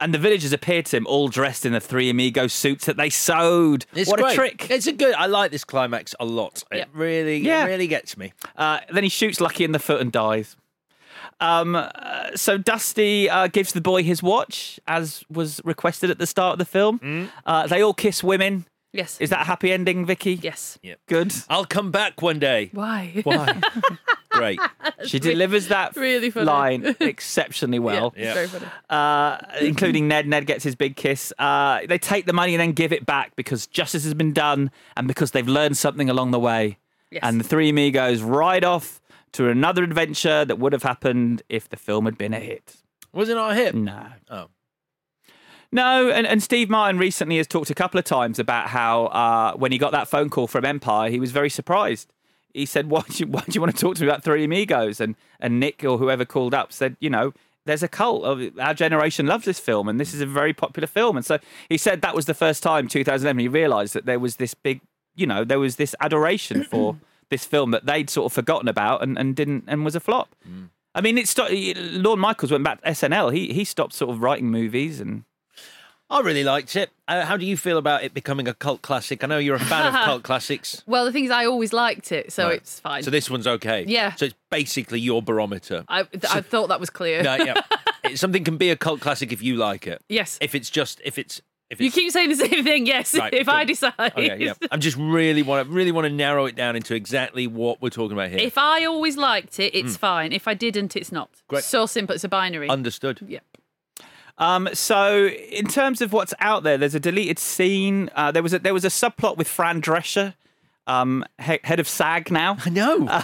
Speaker 8: And the villagers appear to him, all dressed in the three amigo suits that they sewed.
Speaker 1: It's
Speaker 8: what
Speaker 1: great.
Speaker 8: a trick!
Speaker 1: It's a good. I like this climax a lot. It really,
Speaker 8: Yeah.
Speaker 1: it really gets me.
Speaker 8: Uh, then he shoots Lucky in the foot and dies. Um, uh, so Dusty uh, gives the boy his watch, as was requested at the start of the film.
Speaker 7: Mm.
Speaker 8: Uh, they all kiss women.
Speaker 7: Yes.
Speaker 8: Is that a happy ending, Vicky?
Speaker 7: Yes.
Speaker 1: Yep.
Speaker 8: Good.
Speaker 1: I'll come back one day.
Speaker 7: Why?
Speaker 1: Why? Great.
Speaker 8: She delivers that
Speaker 7: really funny.
Speaker 8: line exceptionally well,
Speaker 7: Yeah, it's very funny.
Speaker 8: Uh, including Ned. Ned gets his big kiss. Uh, they take the money and then give it back because justice has been done and because they've learned something along the way.
Speaker 7: Yes.
Speaker 8: And the three amigos ride off to another adventure that would have happened if the film had been a hit.
Speaker 1: Was it not a hit?
Speaker 8: No.
Speaker 1: Oh.
Speaker 8: No, and, and Steve Martin recently has talked a couple of times about how uh, when he got that phone call from Empire, he was very surprised. He said, why do, you, why do you want to talk to me about Three Amigos? And, and Nick or whoever called up said, You know, there's a cult. Of, our generation loves this film, and this is a very popular film. And so he said that was the first time, 2011, he realised that there was this big, you know, there was this adoration for this film that they'd sort of forgotten about and, and didn't, and was a flop. I mean, it sto- Lorne Michaels went back to SNL. He, he stopped sort of writing movies and.
Speaker 1: I really liked it. Uh, how do you feel about it becoming a cult classic? I know you're a fan of cult classics.
Speaker 7: Well, the thing is, I always liked it, so
Speaker 1: Right.
Speaker 7: it's fine.
Speaker 1: So this one's okay.
Speaker 7: Yeah.
Speaker 1: So it's basically your barometer.
Speaker 7: I, th- I thought that was clear.
Speaker 1: No, yeah. It- Something can be a cult classic if you like it.
Speaker 7: Yes.
Speaker 1: If it's just if it's if
Speaker 7: you
Speaker 1: it's
Speaker 7: keep saying the same thing. Yes,
Speaker 1: Right,
Speaker 7: if I
Speaker 1: good.
Speaker 7: decide.
Speaker 1: okay, yeah. I'm just really want to really want to narrow it down into exactly what we're talking about here.
Speaker 7: If I always liked it, it's
Speaker 1: Mm.
Speaker 7: fine. If I didn't, it's not.
Speaker 1: Great.
Speaker 7: So simple. It's a binary.
Speaker 1: Understood.
Speaker 7: yeah.
Speaker 8: Um, so, in terms of what's out there, there's a deleted scene. Uh, there was a, there was a subplot with Fran Drescher, um, he- head of SAG now. I
Speaker 1: know.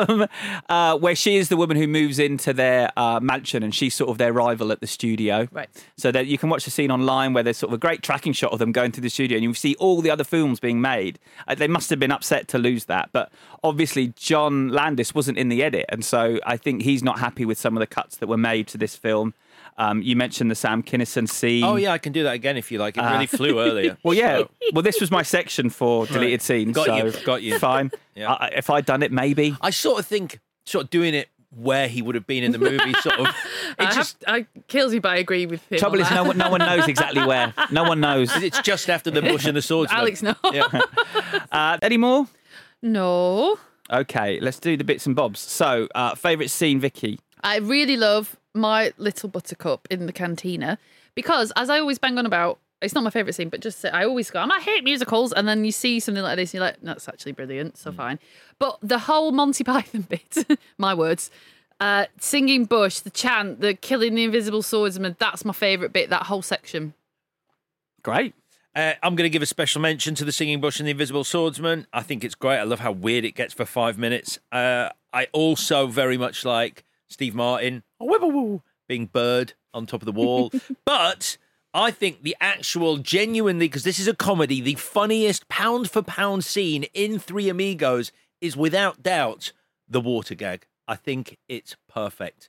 Speaker 8: Um, uh, where she is the woman who moves into their uh, mansion, and she's sort of their rival at the studio.
Speaker 7: Right.
Speaker 8: So that you can watch the scene online where there's sort of a great tracking shot of them going through the studio, and you see all the other films being made. Uh, they must have been upset to lose that, but obviously John Landis wasn't in the edit, and so I think he's not happy with some of the cuts that were made to this film. Um, you mentioned the Sam Kinison scene.
Speaker 1: Oh yeah, I can do that again if you like. It
Speaker 8: Uh,
Speaker 1: really flew earlier.
Speaker 8: Well, yeah. Well, this was my section for deleted scenes.
Speaker 1: Got
Speaker 8: so
Speaker 1: you, got you.
Speaker 8: Fine.
Speaker 1: Yeah.
Speaker 8: I, if I'd done it, maybe.
Speaker 1: I sort of think sort of doing it where he would have been in the movie. Sort of.
Speaker 7: I,
Speaker 1: It
Speaker 7: have-
Speaker 1: just.
Speaker 7: I kills you by agree with him.
Speaker 8: Trouble
Speaker 7: on
Speaker 8: is,
Speaker 7: that.
Speaker 8: no one, no one knows exactly where. No one knows.
Speaker 1: It's just after the bush and the swordsman.
Speaker 7: Alex, no.
Speaker 8: Uh, any more?
Speaker 7: No.
Speaker 8: Okay, let's do the bits and bobs. So, uh, favourite scene, Vicky.
Speaker 7: I really love my little buttercup in the cantina because, as I always bang on about, it's not my favorite scene, but just I always go, "Um, I hate musicals, and then you see something like this, and you're like, that's actually brilliant, so fine. But the whole Monty Python bit, my words, uh, singing Bush, the chant, the killing the invisible swordsman, that's my favorite bit, that whole section.
Speaker 8: Great.
Speaker 1: Uh, I'm going to give a special mention to the Singing Bush and the Invisible Swordsman. I think it's great. I love how weird it gets for five minutes. Uh, I also very much like Steve Martin wibble-woo, being bird on top of the wall. but I think the actual, genuinely, because this is a comedy, the funniest pound for pound scene in Three Amigos is without doubt the water gag. I think it's perfect.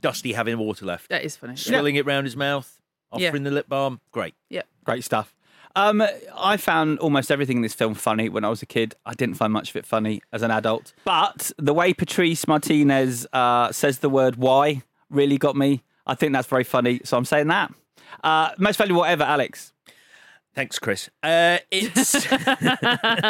Speaker 1: Dusty having water left,
Speaker 7: That is funny.
Speaker 1: swirling it round his mouth,
Speaker 7: Yeah.
Speaker 1: offering the lip balm. Great.
Speaker 7: Yeah.
Speaker 8: Great stuff. Um, I found almost everything in this film funny when I was a kid. I didn't find much of it funny as an adult. But the way Patrice Martinez uh, says the word why really got me. I think that's very funny. So I'm saying that. Uh, most valuable ever, Alex.
Speaker 1: Thanks, Chris. Uh, it's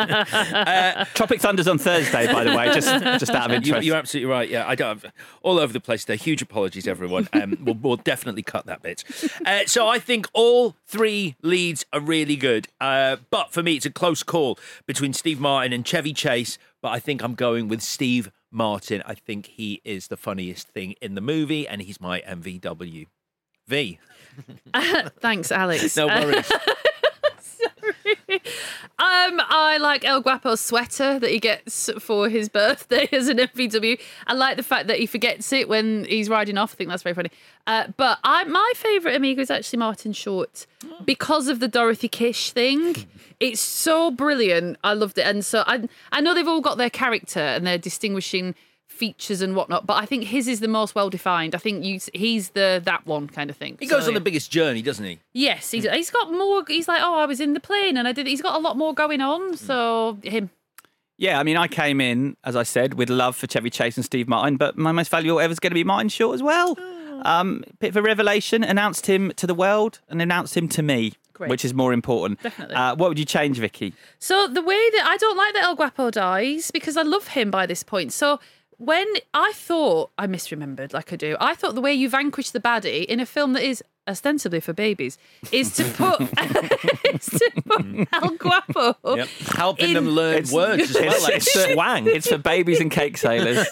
Speaker 8: Tropic Thunder's on Thursday, by the way. Just, just out of
Speaker 1: You-
Speaker 8: interest.
Speaker 1: You're absolutely right. Yeah, I don't. Have, all over the place. There. Huge apologies, everyone. Um, we'll, we'll definitely cut that bit. Uh, so I think all three leads are really good. Uh, but for me, it's a close call between Steve Martin and Chevy Chase. But I think I'm going with Steve Martin. I think he is the funniest thing in the movie, and he's my MVW. V.
Speaker 7: Thanks, Alex.
Speaker 1: No
Speaker 7: Uh,
Speaker 1: worries.
Speaker 7: Um, I like El Guapo's sweater that he gets for his birthday as an FVW. I like the fact that he forgets it when he's riding off. I think that's very funny. Uh, but I, my favourite amigo is actually Martin Short because of the Dorothy Kish thing. It's so brilliant. I loved it, and so I I know they've all got their character and their distinguishing features and whatnot, but I think his is the most well defined. I think you, he's the that one kind of thing.
Speaker 1: He goes
Speaker 7: So,
Speaker 1: on the biggest journey, doesn't he?
Speaker 7: Yes, he's, he's got more. He's like, oh, I was in the plane and I did. He's got a lot more going on. So him,
Speaker 8: Yeah, I mean, I came in, as I said, with love for Chevy Chase and Steve Martin, but my most valuable ever is going to be Martin Short as well.
Speaker 7: Ah.
Speaker 8: Um, bit of a revelation, announced him to the world and announced him to me,
Speaker 7: Great.
Speaker 8: which is more important.
Speaker 7: Definitely.
Speaker 8: Uh, what would you change, Vicky?
Speaker 7: So the way that I don't like that El Guapo dies because I love him by this point. So when I thought I misremembered, like I do, I thought the way you vanquish the baddie in a film that is ostensibly for babies is to put is to put El Guapo.
Speaker 1: Yep. Helping them learn
Speaker 8: It's-
Speaker 1: words as well.
Speaker 8: it's-
Speaker 1: like
Speaker 8: it's-
Speaker 1: swang.
Speaker 8: It's for babies and cake sailors.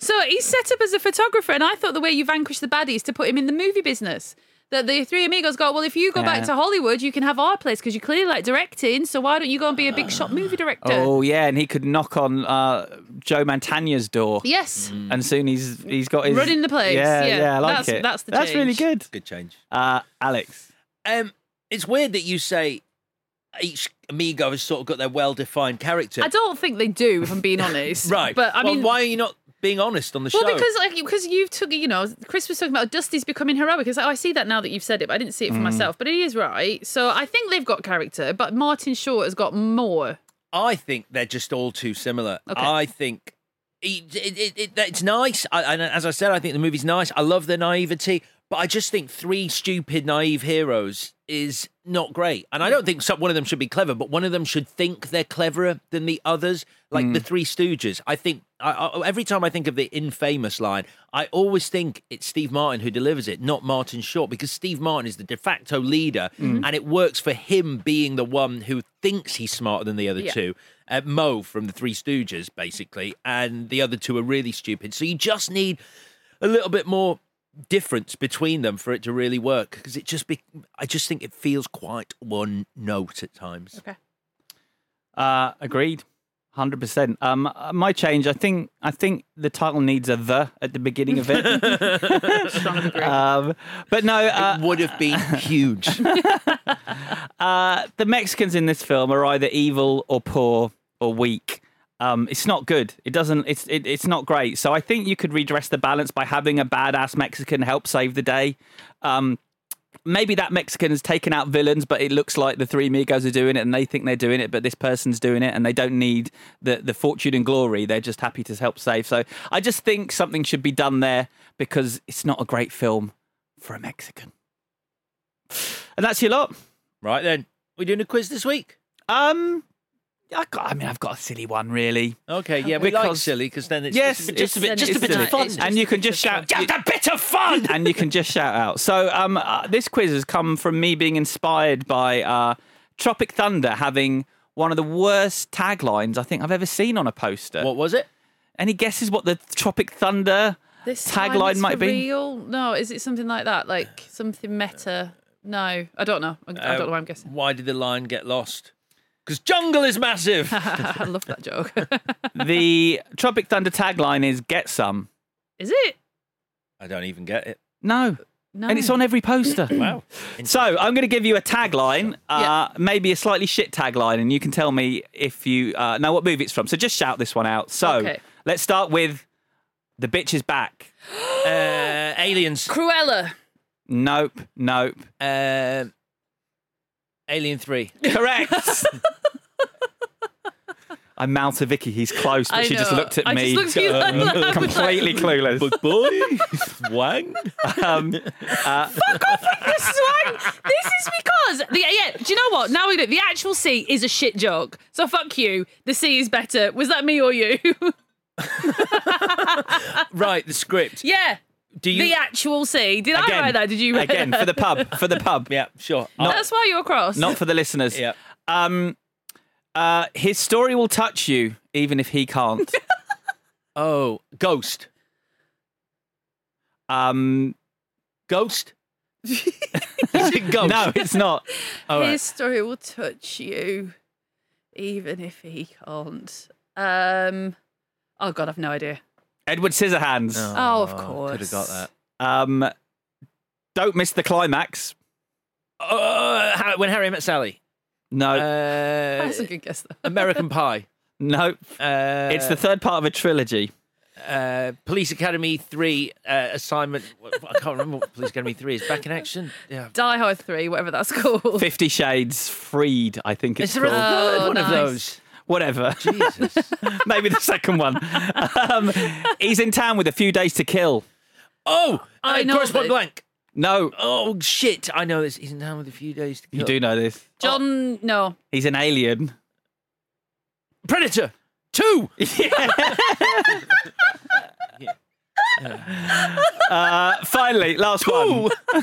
Speaker 7: So he's set up as a photographer, and I thought the way you vanquish the baddie is to put him in the movie business. That the three amigos go, well, if you go back
Speaker 8: Yeah.
Speaker 7: to Hollywood, you can have our place because you clearly like directing. So why don't you go and be a
Speaker 1: Uh,
Speaker 7: big shot movie director?
Speaker 8: oh, yeah, and he could knock on uh, Joe Mantegna's door.
Speaker 7: Yes.
Speaker 1: mm,
Speaker 8: And soon he's he's got his.
Speaker 7: Running the place,
Speaker 8: Yeah,
Speaker 7: yeah.
Speaker 8: yeah, I like
Speaker 7: That's-
Speaker 8: it.
Speaker 7: that's the
Speaker 8: That's really good.
Speaker 1: Good change.
Speaker 8: Uh, Alex.
Speaker 1: Um, it's weird that you say each amigo has sort of got their well-defined character.
Speaker 7: I don't think they do, if I'm being honest.
Speaker 1: Right,
Speaker 7: But I
Speaker 1: Well,
Speaker 7: mean,
Speaker 1: why are you not being honest on the
Speaker 7: well,
Speaker 1: show?
Speaker 7: because like because you've took you know Chris was talking about Dusty's becoming heroic. It's like, oh, I see that now that you've said it, but I didn't see it for
Speaker 1: Mm.
Speaker 7: myself. But he is right. So I think they've got character, but Martin Short has got more.
Speaker 1: I think they're just all too similar.
Speaker 7: Okay.
Speaker 1: I think it, it, it, it, it's nice. I, and as I said, I think the movie's nice. I love the naivety, but I just think three stupid, naive heroes is not great. And I don't think some, one of them should be clever, but one of them should think they're cleverer than the others, like the Three Stooges. I think I, I, every time I think of the infamous line, I always think it's Steve Martin who delivers it, not Martin Short, because Steve Martin is the de facto leader,
Speaker 8: Mm.
Speaker 1: and it works for him being the one who thinks he's smarter than the other
Speaker 8: Yeah.
Speaker 1: two uh, Mo from the Three Stooges, basically, and the other two are really stupid. So you just need a little bit more difference between them for it to really work. Because it just, be- I just think it feels quite one note at times.
Speaker 7: Okay.
Speaker 8: Uh, agreed, hundred percent. Um, uh, my change. I think. I think the title needs a the at the beginning of it. um, but no, uh,
Speaker 1: it would have been huge.
Speaker 8: uh, the Mexicans in this film are either evil or poor or weak. Um, it's not good. It doesn't. It's it, it's not great. So I think you could redress the balance by having a badass Mexican help save the day. Um, maybe that Mexican has taken out villains, but it looks like the three Migos are doing it, and they think they're doing it, but this person's doing it, and they don't need the the fortune and glory. They're just happy to help save. So I just think something should be done there because it's not a great film for a Mexican. And that's your lot.
Speaker 1: Right then, we doing a quiz this week?
Speaker 8: Um, I, got, I mean, I've got a silly one, really.
Speaker 1: Okay, yeah, we like silly because then it's
Speaker 8: yes,
Speaker 1: just, just a bit, just a bit of
Speaker 8: silly.
Speaker 1: fun,
Speaker 8: and you can just shout,
Speaker 1: just a bit of fun,
Speaker 8: and you can just shout out. So, um, uh, this quiz has come from me being inspired by uh, Tropic Thunder having one of the worst taglines I think I've ever seen on a poster. What
Speaker 1: was it?
Speaker 8: Any guesses what the Tropic Thunder
Speaker 7: This time
Speaker 8: tagline
Speaker 7: it's
Speaker 8: might be?
Speaker 7: for Real? No, is it something like that? Like something meta? No, I don't know. I, I don't know. Why I'm guessing.
Speaker 1: Um, Why did the line get lost? Because jungle is massive.
Speaker 7: I love that joke.
Speaker 8: the Tropic Thunder tagline is "Get some."
Speaker 7: Is it?
Speaker 1: I don't even get it. Oh.
Speaker 8: No.
Speaker 7: No.
Speaker 8: And it's on every poster.
Speaker 1: wow.
Speaker 8: Hmm. So I'm going to give you a tagline, uh, maybe a slightly shit tagline, and you can tell me if you uh, know what movie it's from. So just shout this one out. So
Speaker 7: Okay.
Speaker 8: let's start with The Bitch is Back.
Speaker 1: uh, aliens.
Speaker 7: Cruella.
Speaker 8: Nope. Nope.
Speaker 1: Uh, Alien 3.
Speaker 8: Correct. I mouth to Vicky. He's close, but
Speaker 7: I
Speaker 8: she just
Speaker 7: know.
Speaker 8: looked at
Speaker 7: I
Speaker 8: me
Speaker 7: just looked at you
Speaker 8: um,
Speaker 7: like that.
Speaker 8: completely clueless. But
Speaker 1: boy, Wang.
Speaker 8: Um, uh,
Speaker 7: The swag. This is because the, yeah. Do you know what? Now we do. The actual C is a shit joke. So fuck you. The C is better. Was that me or you?
Speaker 1: Right, the script.
Speaker 7: yeah.
Speaker 1: Do you-
Speaker 7: The actual C. Did I write that? Did you write
Speaker 8: again
Speaker 7: that?
Speaker 8: for the pub? For the pub.
Speaker 1: Yeah, sure.
Speaker 7: That's why you're cross.
Speaker 8: Not for the listeners.
Speaker 1: Yeah.
Speaker 8: Um, uh, his story will touch you, even if he can't.
Speaker 1: oh, Ghost.
Speaker 8: Um,
Speaker 1: Ghost? Is it Ghost?
Speaker 8: No, it's not. All right.
Speaker 7: His story will touch you, even if he can't. Um. Oh God, I've no idea.
Speaker 8: Edward Scissorhands.
Speaker 7: Oh, of course. Could have got that.
Speaker 8: Um, don't miss the climax.
Speaker 1: Uh, Har- when Harry met Sally.
Speaker 8: No.
Speaker 1: Uh,
Speaker 7: That's a good guess. Though.
Speaker 1: American Pie.
Speaker 8: no.
Speaker 1: Uh,
Speaker 8: it's the third part of a trilogy.
Speaker 1: uh, Police Academy 3 uh, assignment. I can't remember what Police Academy 3 is. Back in action? Yeah.
Speaker 7: Die Hard Three, whatever that's called.
Speaker 8: Fifty Shades Freed, I think it's
Speaker 1: Is there a Uh,
Speaker 8: called.
Speaker 1: third
Speaker 7: Oh,
Speaker 1: one of
Speaker 7: nice.
Speaker 1: those?
Speaker 8: Whatever.
Speaker 1: Jesus.
Speaker 8: Maybe the second one. Um, he's in town with a few days to kill.
Speaker 1: Oh,
Speaker 7: I
Speaker 1: uh,
Speaker 7: know
Speaker 1: Correspond
Speaker 7: that-
Speaker 1: blank.
Speaker 8: No,
Speaker 1: Oh shit! I know this. He's in town with a few days to kill.
Speaker 8: you do know this.
Speaker 7: John. No.
Speaker 8: He's an alien.
Speaker 1: Predator two.
Speaker 8: Uh, finally, last one.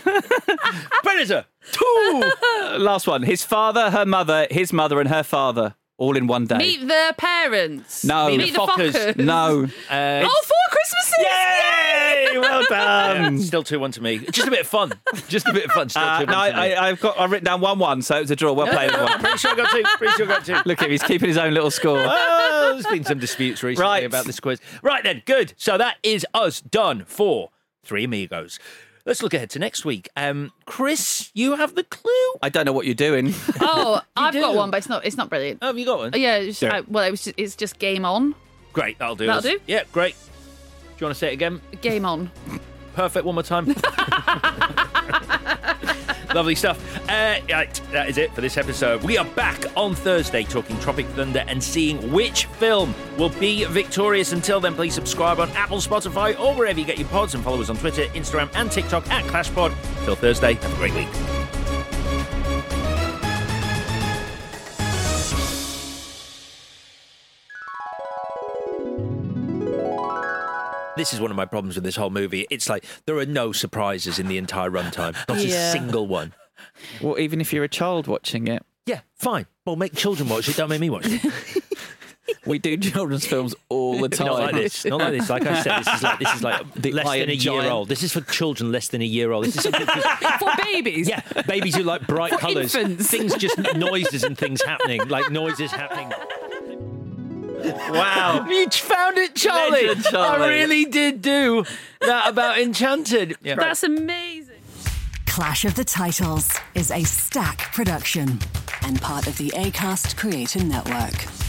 Speaker 1: Predator two.
Speaker 8: Last one. His father, her mother, his mother, and her father, all in one day.
Speaker 7: Meet the parents.
Speaker 8: Oh. No.
Speaker 7: Meet,
Speaker 8: Meet
Speaker 7: the
Speaker 1: the
Speaker 7: fuckers.
Speaker 1: Fockers.
Speaker 8: No.
Speaker 1: Uh,
Speaker 7: Oh, four Christmases.
Speaker 8: Yay! Well done.
Speaker 1: still two one to me. Just a bit of fun. Just a bit of fun. Still
Speaker 8: Uh,
Speaker 1: two
Speaker 8: no,
Speaker 1: one to me.
Speaker 8: I, I, I've got. I've written down one one, so it was a draw. Well played,
Speaker 1: I'm
Speaker 8: everyone.
Speaker 1: pretty sure I got two. Pretty sure I got two.
Speaker 8: Look at him. He's keeping his own little score.
Speaker 1: Oh, there's been some disputes recently
Speaker 8: Right.
Speaker 1: about this quiz. Right then, good. So that is us done for Three Amigos. Let's look ahead to next week. Um, Chris, you have the clue.
Speaker 8: I don't know what you're doing.
Speaker 7: Oh, I've
Speaker 1: do.
Speaker 7: got one, but it's not. It's not brilliant.
Speaker 1: Oh, have you got one?
Speaker 7: Oh, yeah. It's,
Speaker 8: Yeah.
Speaker 7: I- well, it was. Just, it's just game on.
Speaker 1: Great, that'll do.
Speaker 7: That'll
Speaker 1: us.
Speaker 7: do?
Speaker 1: Yeah, great. Do you want to say it again?
Speaker 7: Game on.
Speaker 1: Perfect. One more time. Lovely stuff. Uh, right, that is it for this episode. We are back on Thursday talking Tropic Thunder and seeing which film will be victorious. Until then, please subscribe on Apple, Spotify, or wherever you get your pods, and follow us on Twitter, Instagram, and TikTok at ClashPod. Till Thursday, have a great week. This is one of my problems with this whole movie. It's like there are no surprises in the entire runtime, not
Speaker 7: Yeah.
Speaker 1: a single one.
Speaker 8: well, even if you're a child watching it,
Speaker 1: Yeah, fine. Well, make children watch it. Don't make me watch it.
Speaker 8: we do children's films all the time.
Speaker 1: Not like this. Not like this. Like I said, this is like this is like
Speaker 8: The
Speaker 1: less
Speaker 8: Iron
Speaker 1: than a
Speaker 8: Giant.
Speaker 1: year old. This is for children less than a year old. This is something for,
Speaker 7: For babies.
Speaker 1: yeah, babies who like bright
Speaker 7: For
Speaker 1: colours.
Speaker 7: infants.
Speaker 1: Things just noises and things happening. Like noises happening.
Speaker 8: Wow.
Speaker 1: You found it,
Speaker 8: Charlie. Legend, Charlie. I really
Speaker 1: did do that about Enchanted. Yeah.
Speaker 7: That's amazing.
Speaker 10: Clash of the Titles is a stack production and part of the ACAST Creator Network.